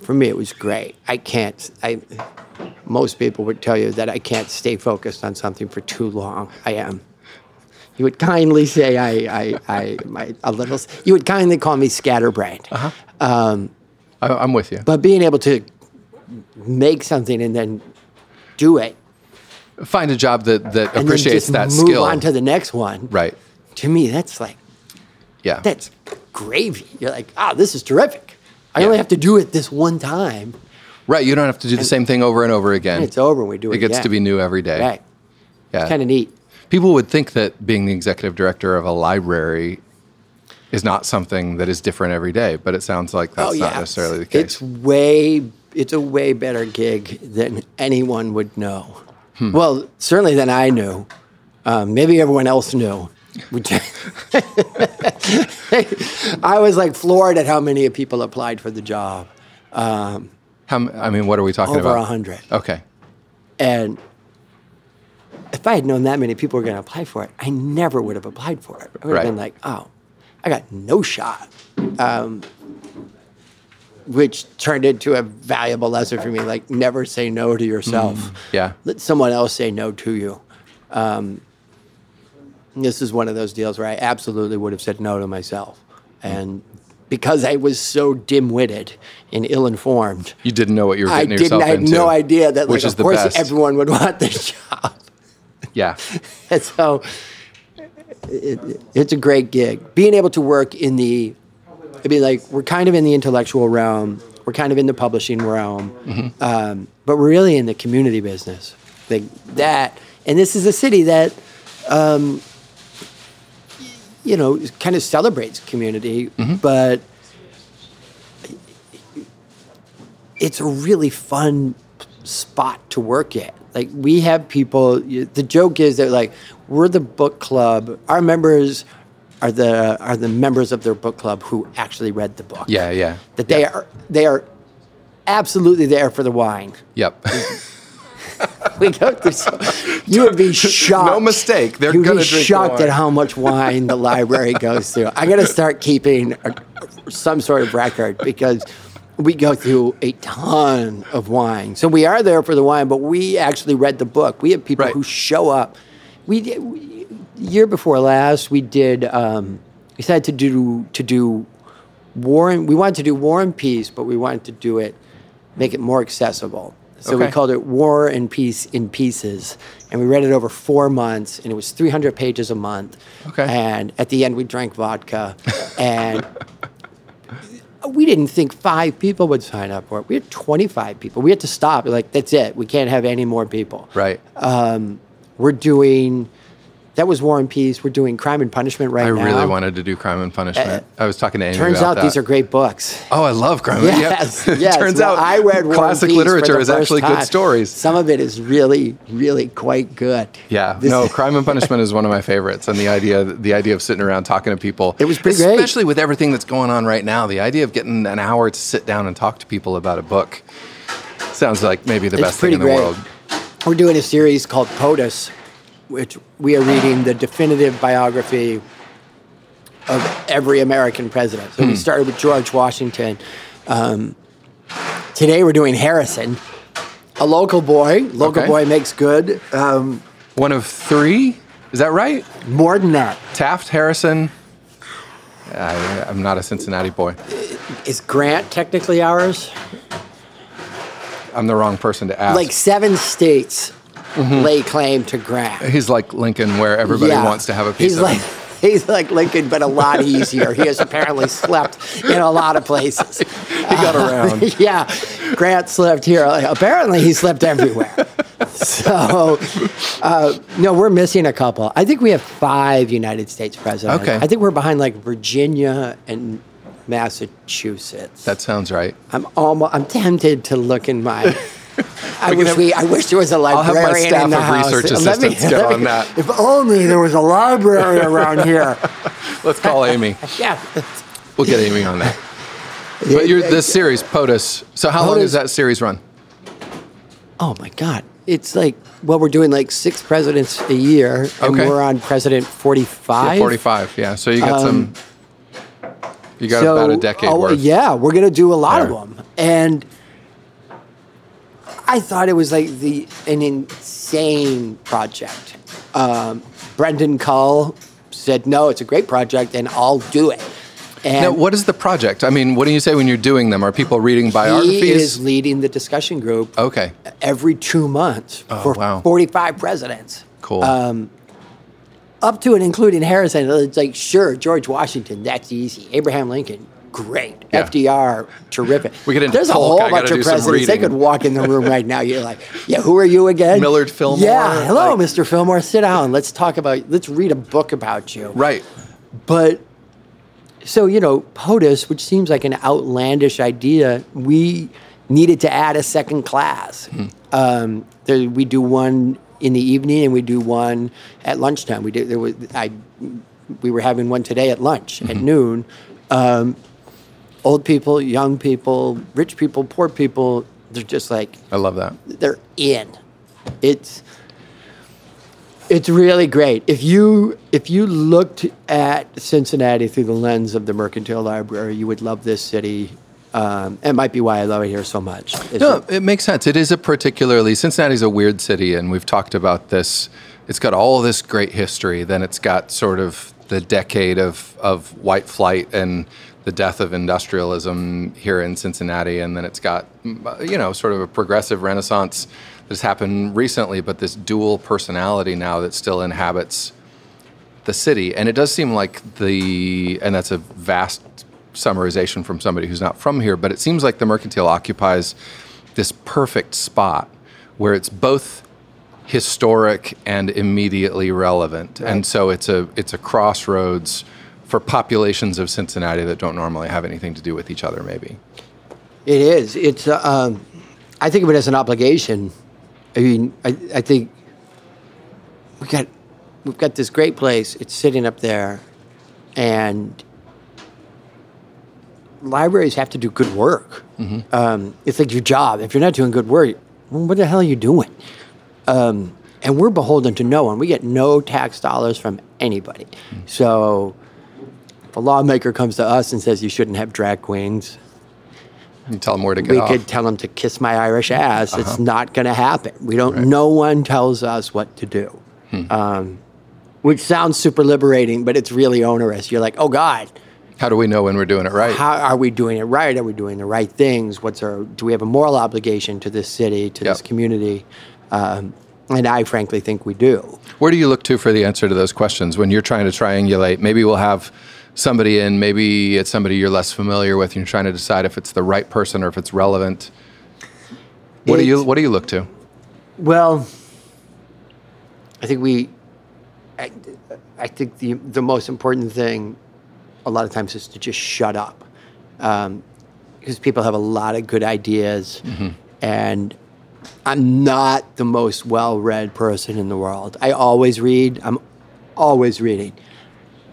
for me, it was great. I can't. I most people would tell you that I can't stay focused on something for too long. I am. You would kindly say I, I, I, my, a little. You would kindly call me scatterbrained. Uh-huh. I, I'm with you. But being able to make something and then do it Find a job that that and appreciates then that just move skill. on to the next one. right. To me, that's like Yeah. that's gravy. You're like, ah, this is terrific. I only have to do it this one time, right. You don't have to do the same thing over and over again. and it's over. and We do it. It gets again. to be new every day. Right. Yeah. Kind of neat. People would think that being the executive director of a library is not something that is different every day, but it sounds like that's not necessarily the case. Oh, It's way it's a way better gig than anyone would know. Hmm. Well, certainly than I knew. Um, maybe everyone else knew. Which- I was like floored at how many people applied for the job. Um, How, m- I mean, what are we talking over about? 100. Okay. And if I had known that many people were going to apply for it, I never would have applied for it. I would have Right. been like, oh, I got no shot. Um, which turned into a valuable lesson for me. Like, never say no to yourself. Yeah. Let someone else say no to you. Um, this is one of those deals where I absolutely would have said no to myself. And because I was so dim witted and ill informed, You didn't know what you were I getting didn't. yourself I had into. no idea that, like, which is of the course, best. everyone would want this job. Yeah. And so, it, it's a great gig. Being able to work in the, I mean, like, we're kind of in the intellectual realm. We're kind of in the publishing realm, Mm-hmm. um, but we're really in the community business. Like that, and this is a city that, um, you know, kind of celebrates community, Mm-hmm. but it's a really fun spot to work at. Like we have people. you- The joke is that like we're the book club. Our members are the are the members of their book club who actually read the book. Yeah. Yeah. That they are they are absolutely there for the wine. Yep. We go through. So, you would be shocked. mistake, they're You'd gonna be drink the shocked wine. at how much wine the library goes through. I got to start keeping a, some sort of record because we go through a ton of wine. So we are there for the wine, but we actually read the book. We have people Right. who show up. We, did, we year before last we did um, we decided to do to do war. and- We wanted to do War and Peace, but we wanted to do it make it more accessible. So we Okay. called it War and Peace in Pieces. And we read it over four months, and it was 300 pages a month. Okay. And at the end, we drank vodka. and we didn't think five people would sign up for it. We had 25 people. We had to stop. We're Like, that's it. We can't have any more people. right. Uh, We're doing, that was War and Peace. We're doing Crime and Punishment right I now. Uh, really wanted to do Crime and Punishment. I was talking to Amy Turns about out that. these are great books. Oh, I love crime. Yep. Yes, yes. Turns Well, out I read War and classic Peace for literature the is first actually time. good stories. Some of it is really, really quite good. Yeah, This- no, Crime and Punishment is one of my favorites, and the idea the idea of sitting around talking to people. It was pretty great. especially with everything that's going on right now. The idea of getting an hour to sit down and talk to people about a book sounds like maybe the It's best thing pretty in the great. world. We're doing a series called POTUS, which we are reading the definitive biography of every American president. Hmm. So we started with George Washington. Um, today we're doing Harrison, a local boy. Local Okay. boy makes good. Um, One of three, is that right? more than that, Taft, Harrison. I, I'm not a Cincinnati boy. is Grant technically ours? I'm the wrong person to ask. Like seven states lay claim to Grant. he's like Lincoln, where Mm-hmm. everybody wants to have a piece he's of like, him. He's like Lincoln, but a lot easier. he has apparently slept in a lot of places. he got around. yeah, Grant slept here. Like, apparently, he slept everywhere. so, uh, no, we're missing a couple. I think we have five United States presidents. Okay. I think we're behind like Virginia and Massachusetts. That sounds right. I'm almost. I'm tempted to look in my. I We can wish have- we. I wish there was a have my librarian staff in the of house. research Let me- assistants get let me- on that. If only there was a library around here. Let's call Amy. Yeah. We'll get Amy on that. But you're, this series, POTUS. So how long does POTUS- that series run? Oh my God! It's like well, we're doing like six presidents a year, and Okay. we're on president forty-five. Yeah, 45. Yeah. So you got some. You got um, So- about a decade oh, worth. Yeah, we're gonna do a lot There. of them, and I thought it was like the an insane project. Um, Brendan Cull said, "No, it's a great project, and I'll do it." And Now, what is the project? I mean, what do you say when you're doing them? Are people reading biographies? he is leading the discussion group okay. every two months Oh, for wow. forty-five presidents. Cool. Um, up to and including Harrison, it's like, sure, George Washington, that's easy. Abraham Lincoln, great. Yeah. FDR, terrific. We get into There's a Polk, whole I bunch gotta of do some presidents. They reading. could walk in the room right now. You're like, yeah, who are you again? Millard Fillmore, Yeah, hello, like- Mr. Fillmore. Sit down. Let's talk about. Let's read a book about you. right. But so you know, POTUS, which seems like an outlandish idea, we needed to add a second class. Um, there, we do one in the evening, and we do one at lunchtime. We did. There was, I, we were having one today at lunch at noon. Um, old people, young people, rich people, poor people, they're just like I love that. they're in. It's it's really great. If you if you looked at Cincinnati through the lens of the Mercantile Library, you would love this city. Um, it might be why I love it here so much. It's No, it makes sense. It is a particularly Cincinnati's a weird city, and we've talked about this. It's got all this great history. Then it's got sort of the decade of of white flight and the death of industrialism here in Cincinnati, and then it's got mm, you know sort of a progressive renaissance that's happened recently, but this dual personality now that still inhabits the city. And it does seem like the, and that's a vast summarization from somebody who's not from here, but it seems like the mercantile occupies this perfect spot where it's both historic and immediately relevant. And so it's a it's a crossroads for populations of Cincinnati that don't normally have anything to do with each other maybe. It is. It's. uh, Um, I think of it as an obligation. I mean, I, I think we got we've got this great place. It's sitting up there, and libraries have to do good work. Um, it's like your job. If you're not doing good work, well, what the hell are you doing? Um, and we're beholden to no one. We get no tax dollars from anybody. So if a lawmaker comes to us and says you shouldn't have drag queens, You tell them where to go. we could tell them to kiss my Irish ass. It's not going to happen. We don't. No one tells us what to do, um, which sounds super liberating, but it's really onerous. You're like, oh God, How do we know when we're doing it right? how are we doing it right? Are we doing the right things? What's our? Do we have a moral obligation to this city, to this Yep. community? Um, and I frankly think we do. Where do you look to for the answer to those questions when you're trying to triangulate? Maybe we'll have somebody in, maybe it's somebody you're less familiar with, and you're trying to decide if it's the right person or if it's relevant. What do you It's- What do you look to? Well, I think we, I, I think the the most important thing, a lot of times, is to just shut up, because people have a lot of good ideas, Mm-hmm. and I'm not the most well-read person in the world. I always read. I'm always reading.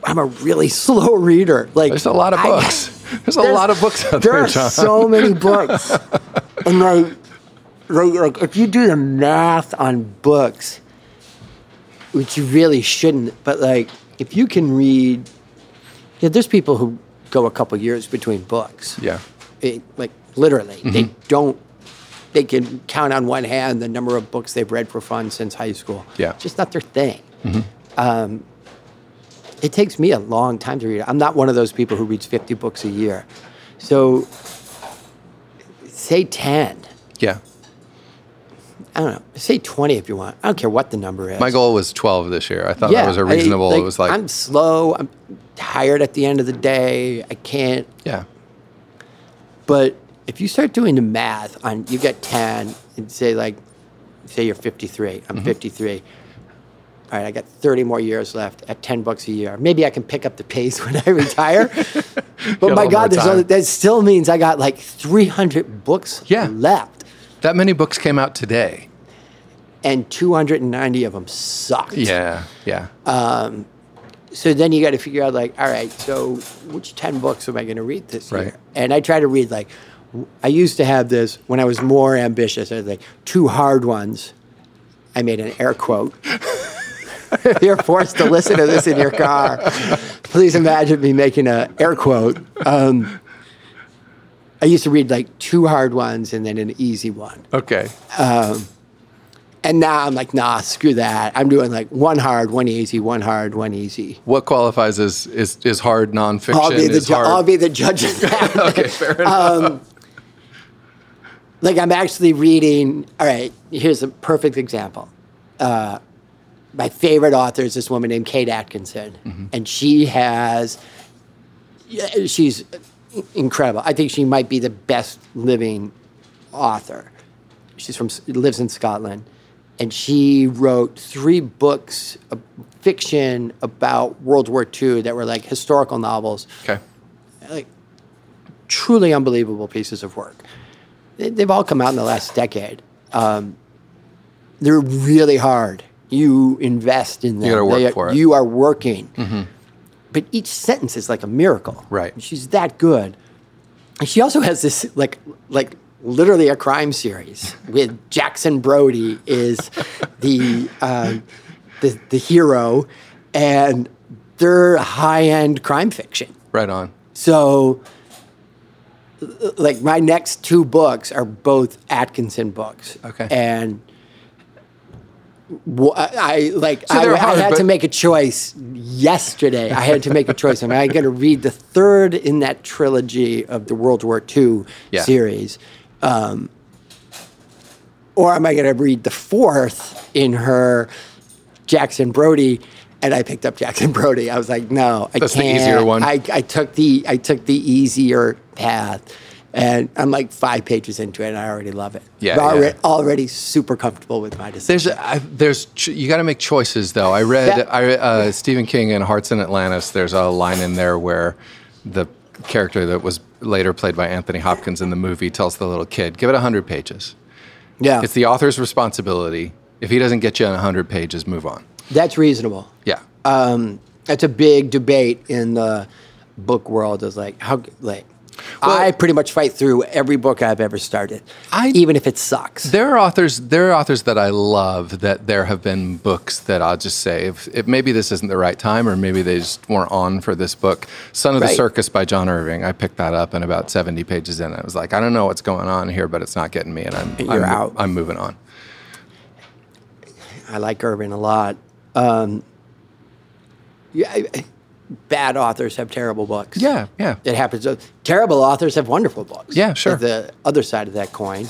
I'm a really slow reader. Like There's a lot of I- books. There's a lot of books there, out there, are John. so many books, and like, like, like if you do the math on books, which you really shouldn't, but like if you can read, yeah, there's people who go a couple years between books. yeah, It- like literally, they Mm-hmm. don't. They can count on one hand the number of books they've read for fun since high school. Yeah. Mm-hmm. just not their thing. Um, it takes me a long time to read. I'm not one of those people who reads 50 books a year. So say 10. yeah. I don't know. Say 20 if you want. I don't care what the number is. My goal was 12 this year. I thought that was a I- reasonable. it was like, I'm slow. I'm tired at the end of the day. I can't yeah, But if you start doing the math on you get 10 and say like say you're 53, Mm-hmm. I'm 53. All right, I got 30 more years left at 10 bucks a year. Maybe I can pick up the pace when I retire. a but my little more god, there's time. only, that still means I got like 300 books Yeah. left that many books came out today. and 290 of them sucked. Yeah, yeah, Uh, so then you got to figure out like all right so which 10 books am i going to read this Right. year and i try to read like w- i used to have this when i was more ambitious i was like two hard ones i made an air quote you're forced to listen to this in your car please imagine me making an air quote um, i used to read like two hard ones and then an easy one okay. and now i'm like nah screw that i'm doing like one hard one easy one hard one easy What qualifies as is is hard nonfiction? I'll be the is ju- hard- I'll be the judge of that. Um, okay, fair enough. like I'm actually reading. All right, here's a perfect example. Uh, my favorite author is this woman named Kate Atkinson, Mm-hmm. and she has, yeah, she's incredible. I think she might be the best living author. She's from lives in Scotland, and she wrote three books of fiction about World War II that were like historical novels okay, like truly unbelievable pieces of work. They, they've all come out in the last decade. Um, they're really hard. You invest in them. gotta work They are- for it. Mm-hmm. You are working. But each sentence is like a miracle. Right. She's that good. And she also has this like like literally a crime series with Jackson Brody is the um, the, the hero, and they're high end crime fiction. Right on. So, l- like my next two books are both Atkinson books. Okay. And wh- I I, like I, they're I hard, had but- to make a choice yesterday. I had to make a choice. I'm going to read the third in that trilogy of the World War II Yeah. series. Um, or am I going to read the fourth in her Jackson Brody? And I picked up Jackson Brody. I was like, no, I That's the can't. easier one. I, I took the I took the easier path, and I'm like five pages into it, and I already love it. Yeah, I'm alre- yeah. already, super comfortable with my decision. There's I, there's ch- you got to make choices though. I read That- I, uh, Stephen King in Hearts in Atlantis. There's a line in there where the character that was later played by Anthony Hopkins in the movie tells the little kid, "Give it hundred pages. yeah, It's the author's responsibility. If he doesn't get you hundred pages, move on." that's reasonable. Yeah, Um, that's a big debate in the book world. Is like how like I pretty much fight through every book I've ever started, I- even if it sucks. there are authors. There are authors that I love. That there have been books that I'll just say, if, if maybe this isn't the right time, or maybe they just weren't on for this book. Son of the Right. Circus by John Irving. I picked that up and about seventy pages in, I was like, I don't know what's going on here, but it's not getting me, and I'm I'm, You're out. I'm moving on. I like Irving a lot. Um, yeah, I- I- bad authors have terrible books. Yeah, yeah. it happens. Terrible authors have wonderful books. Yeah, sure. The other side of that coin,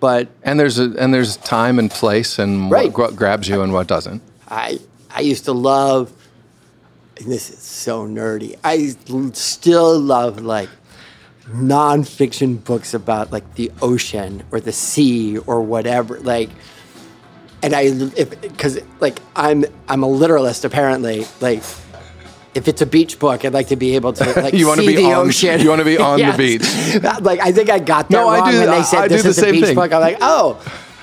but And there's a, and there's time and place and Right. what gra- grabs you and what doesn't. I I used to love, and this is so nerdy. I l- still love like nonfiction books about like the ocean or the sea or whatever. Like, and I if because like I'm I'm a literalist apparently. Like, if it's a beach book, I'd like to be able to like You wanna see be the on- ocean. you wanna be on the Yes. beach. like I think I got that No, I wrong do- when I- they I said do this the is a same beach thing. book. I'm like, oh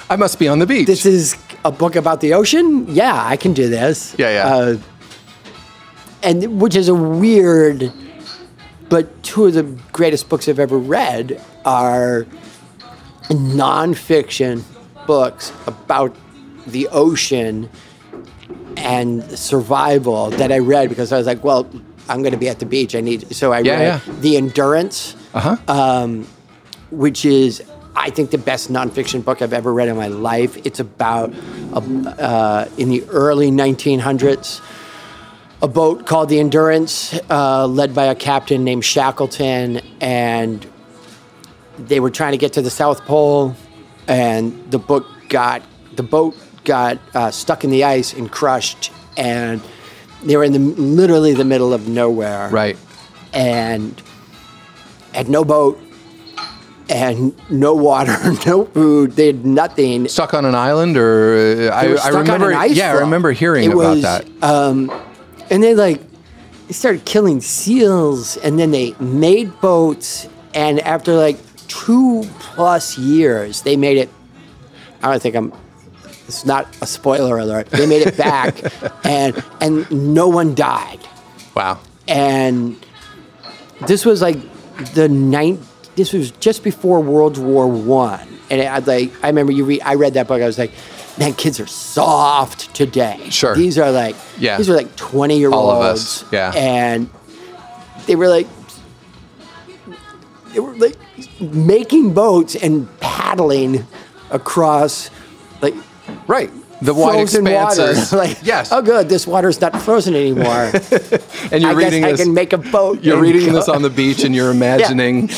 I must be on the beach. this is a book about the ocean. Yeah, I can do this. Yeah, yeah. Uh, and which is a weird, but two of the greatest books I've ever read are nonfiction books about the ocean and survival that I read because I was like, well, I'm going to be at the beach. I need so I Yeah, read yeah. the endurance um, uh-huh. which is I think the best nonfiction book I've ever read in my life. It's about a, uh, in the early 1900s, a boat called the Endurance, uh, led by a captain named Shackleton, and they were trying to get to the South Pole, and the book got the boat got uh, stuck in the ice and crushed, and they were in the literally the middle of nowhere right. and had no boat and no water, no food. They had nothing. Stuck on an island, or uh, I, They were I stuck on remember. an ice yeah, I floe. remember hearing It about was, that. Um, and they like they started killing seals, and then they made boats. And after like two plus years, they made it. I don't think I'm. It's not a spoiler alert. They made it back, and and no one died Wow. and this was like the ninth. This was just before World War One, and I like I remember you read. I read that book. I was like, man, kids are soft today. Sure. these are like Yeah. these are like twenty year olds. All of us, yeah. and they were like. They were like making boats and paddling across, like Right. The wide frozen expanses. waters. like yes. oh good, this water's not frozen anymore. and you're I reading guess this. I can make a boat. you're and reading go- this on the beach, and you're imagining.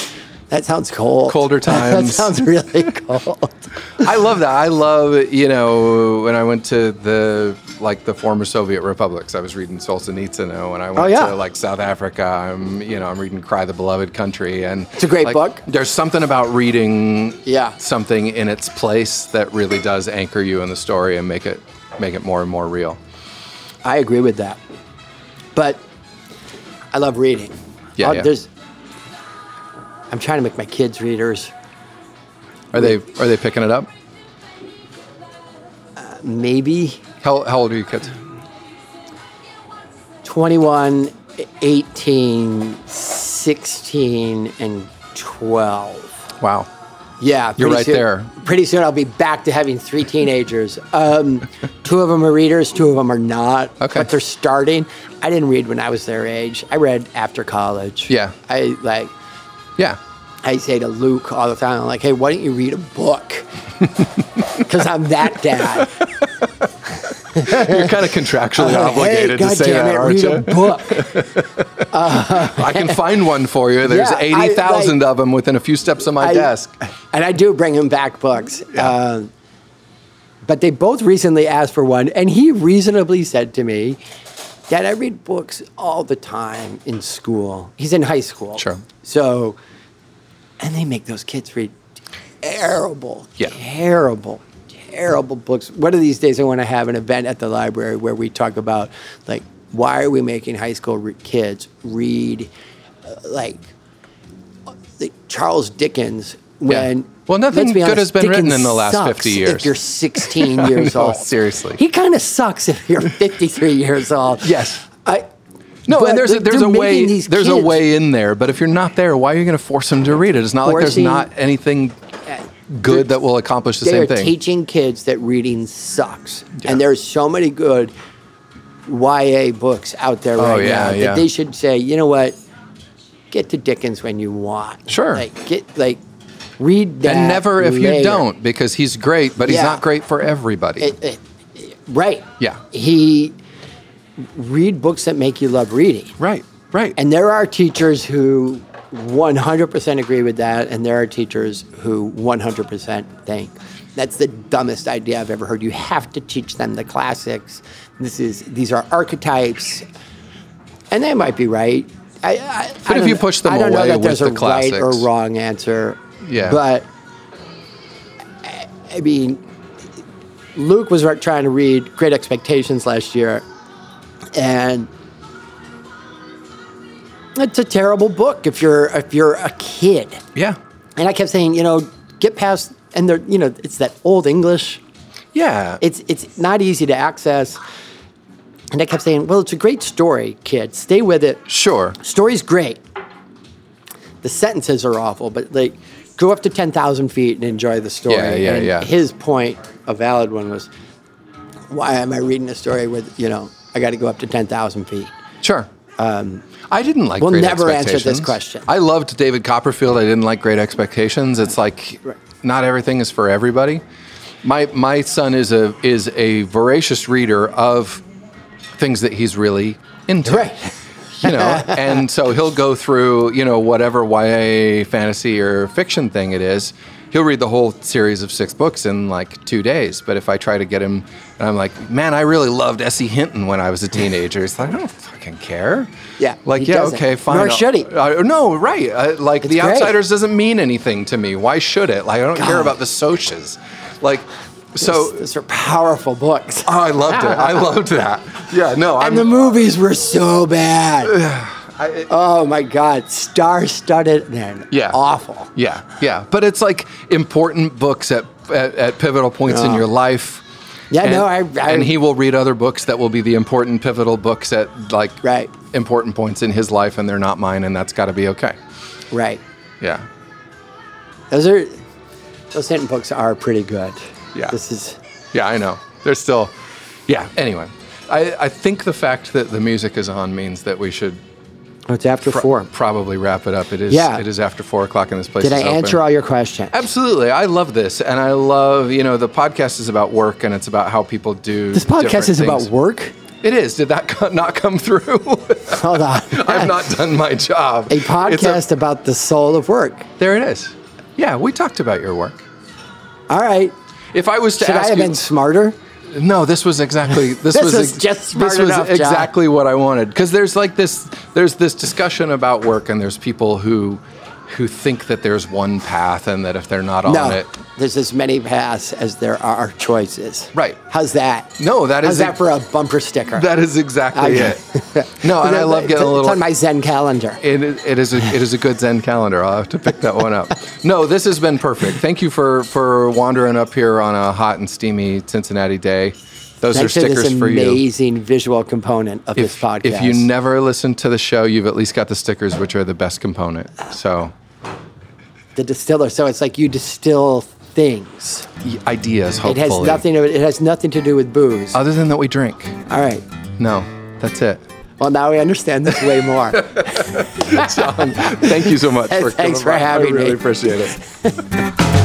That sounds cold. Colder that times. sounds really cold. I love that. I love you know when I went to the like the former Soviet republics. I was reading Solzhenitsyn. oh, When I went Oh, yeah. to like South Africa, I'm you know I'm reading Cry the Beloved Country, and it's a great book. There's something about reading Yeah. something in its place that really does anchor you in the story and make it make it more and more real. I agree with that. But I love reading. Yeah, Uh, yeah. There's. I'm trying to make my kids readers. Are they are they picking it up? Maybe How, how old are your kids? 21, 18, 16, and 12. Wow. Yeah, You're pretty right soon- there. Pretty soon I'll be back to having three teenagers. Um, two of them are readers, two of them are not. Okay. But they're starting. I didn't read when I was their age. I read after college. Yeah. I like. Yeah. I say to Luke all the time, I'm like, "Hey, why don't you read a book?" Because I'm that dad. You're kind of contractually I'm like, obligated Oh, hey, to say goddamn that, it, aren't read you? a book. I can find one for you. There's Yeah, I, 80,000 of them within a few steps of my I- desk. And I do bring him back books. Um, but they both recently asked for one, and he reasonably said to me, Dad, I read books all the time in school. He's in high school. Sure. So, and they make those kids read terrible, Yeah. terrible, terrible books. One of these days, I want to have an event at the library where we talk about, like, why are we making high school re- kids read, uh, like, the Charles Dickens when Well, nothing let's be good honest, has been written Dickens in the last sucks 50 years. If you're 16 years know, old, seriously. he kind of sucks if you're 53 years old. Yes. I, No, but and there's a, they're- there's they're a way making these there's a kids- way in there, but if you're not there, why are you going to force them to read it? It's not like there's Forcing- not anything good that will accomplish the They same are thing. teaching kids that reading sucks, Yeah. and there's so many good YA books out there right Oh, yeah, now yeah. that they should say, you know what, get to Dickens when you want. Sure. like get like read that and never if you later. don't, because he's great, but he's Yeah. not great for everybody. It- it- it- Uh, right. Yeah. He read books that make you love reading. right, right. And there are teachers who 100% agree with that, and there are teachers who 100% think that's the dumbest idea I've ever heard. You have to teach them the classics. This is these are archetypes, and they might be right. I, I, I But if don't you know- push them I don't know away that there's with a the right or classics. wrong answer. Yeah. but I- I mean, Luke was re- trying to read Great Expectations last year, and it's a terrible book if you're if you're a kid. yeah. And I kept saying, you know, get past, and they're, you know, it's that old English. Yeah. It's it's not easy to access. And I kept saying, well, it's a great story, kid. Stay with it. sure. Story's great. The sentences are awful, but like, go up to ten thousand feet and enjoy the story. Yeah, yeah, and yeah. His point, a valid one, was, why am I reading a story with you know I got to go up to ten thousand feet? Sure. I didn't like. Um, we'll Great never answer this Expectations. question. I loved David Copperfield. I didn't like Great Expectations. It's like Right. not everything is for everybody. My my son is a is a voracious reader of things that he's really into. Right. You know, and so he'll go through you know whatever YA fantasy or fiction thing it is. He'll read the whole series of six books in like two days. But if I try to get him, and I'm like, man, I really loved Essie Hinton when I was a teenager. It's like I don't fucking care. Yeah, Like, he yeah, doesn't. okay, fine. Nor I'll- should he. I- no, right. I, like, The great. Outsiders doesn't mean anything to me. Why should it? Like, I don't care God. about the Socias. Like, so. those, those are powerful books. Oh, I loved it. I loved that. Yeah, no, I'm. Ah. And the movies were so bad. I- it- Oh my God, star-studded man. yeah. awful. Yeah, yeah. But it's like important books at, at, at pivotal points in Yeah. your life. Oh. Yeah, and, no, I- I- and he will read other books that will be the important pivotal books at like Right. important points in his life, and they're not mine, and that's got to be okay. Right. Yeah. Those are those Hinton books are pretty good. Yeah. This is Yeah, I know. They're still, yeah. Anyway, I, I think the fact that the music is on means that we should oh, it's after pro- four. probably wrap it up. It is. Yeah. It is after four o'clock, and this place. Did I is open. answer all your questions? Absolutely, I love this, and I love you know the podcast is about work, and it's about how people do. This podcast is about work. It is. Did that co- not come through? Hold on. I've not done my job. a It's podcast about the soul of work. there it is. Yeah, we talked about your work. All right. If I was to Should I ask have you, been smarter? No, this was exactly this, This was, was ex- just smart this was enough, John. exactly what I wanted because there's like this there's this discussion about work and there's people who who think that there's one path and that if they're not on No. it There's as many paths as there are choices. Right. How's that? No, that How's is that a- for a bumper sticker? that is exactly I- it. No, and I love getting a It's little on my Zen calendar. it, it is a, it is a good Zen calendar. I'll have to pick that one up. No, this has been perfect. Thank you for for wandering up here on a hot and steamy Cincinnati day. Those Thanks to are stickers this for you. amazing visual component of this podcast. If you never listen to the show, you've at least got the stickers, which are the best component. So the distiller. So it's like you distill things. Y- Ideas, It has hopefully. Uh, nothing. It has nothing to do with booze. Other than that, we drink. All right. No, that's it. Well, now we understand this way more. Thank you so much for Oh, Thanks coming for by. I having me. really appreciate it.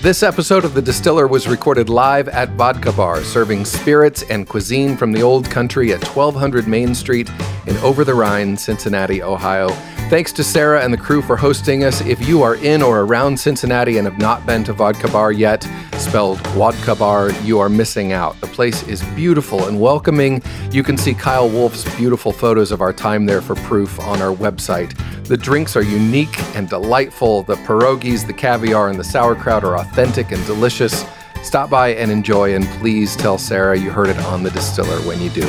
This episode of The Distiller was recorded live at Vodka Bar, serving spirits and cuisine from the old country at 1200 Main Street in Over the Rhine, Cincinnati, Ohio. Thanks to Sarah and the crew for hosting us. If you are in or around Cincinnati and have not been to Vodka Bar yet, spelled Vodka Bar, you are missing out. The place is beautiful and welcoming. You can see Kyle Wolf's beautiful photos of our time there for proof on our website. The drinks are unique and delightful. The pierogies, the caviar, and the sauerkraut are authentic and delicious. Stop by and enjoy, and please tell Sarah you heard it on the distiller when you do.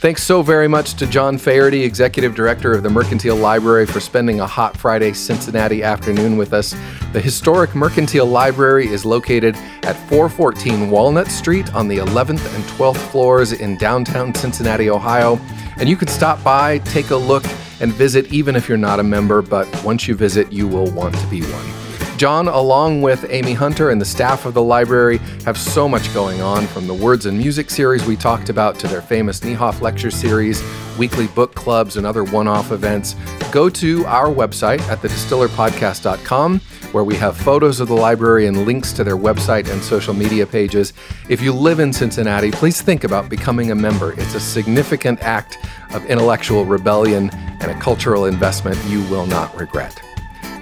Thanks so very much to John Faherty, Executive Director of the Mercantile Library, for spending a hot Friday Cincinnati afternoon with us. The historic Mercantile Library is located at 414 Walnut Street on the 11th and 12th floors in downtown Cincinnati, Ohio. And you can stop by, take a look, and visit even if you're not a member, but once you visit, you will want to be one. John, along with Amy Hunter and the staff of the library, have so much going on from the Words and Music series we talked about to their famous Niehoff Lecture series, weekly book clubs, and other one off events. Go to our website at thedistillerpodcast.com where we have photos of the library and links to their website and social media pages. If you live in Cincinnati, please think about becoming a member. It's a significant act of intellectual rebellion and a cultural investment you will not regret.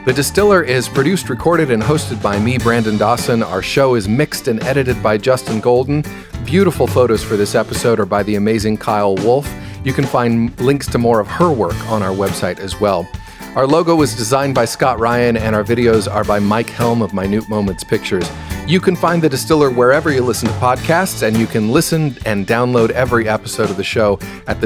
The Distiller is produced, recorded, and hosted by me, Brandon Dawson. Our show is mixed and edited by Justin Golden. Beautiful photos for this episode are by the amazing Kyle Wolf. You can find links to more of her work on our website as well. Our logo was designed by Scott Ryan, and our videos are by Mike Helm of Minute Moments Pictures. You can find The Distiller wherever you listen to podcasts, and you can listen and download every episode of the show at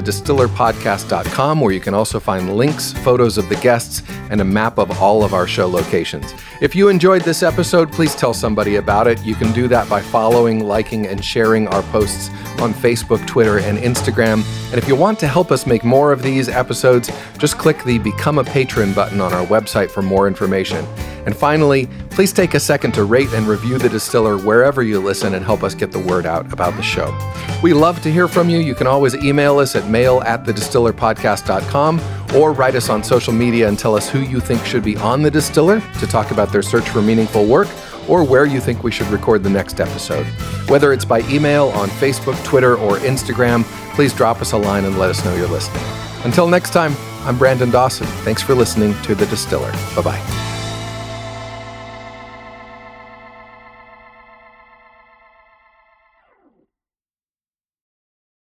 thedistillerpodcast.com, where you can also find links, photos of the guests, and a map of all of our show locations. If you enjoyed this episode, please tell somebody about it. You can do that by following, liking, and sharing our posts on Facebook, Twitter, and Instagram. And if you want to help us make more of these episodes, just click the Become a Patron button on our website for more information. And finally, please take a second to rate and review The Distiller wherever you listen and help us get the word out about the show. We love to hear from you. You can always email us at mail at thedistillerpodcast.com or write us on social media and tell us who you think should be on The Distiller to talk about their search for meaningful work or where you think we should record the next episode. Whether it's by email, on Facebook, Twitter, or Instagram, please drop us a line and let us know you're listening. Until next time, I'm Brandon Dawson. Thanks for listening to The Distiller. Bye bye.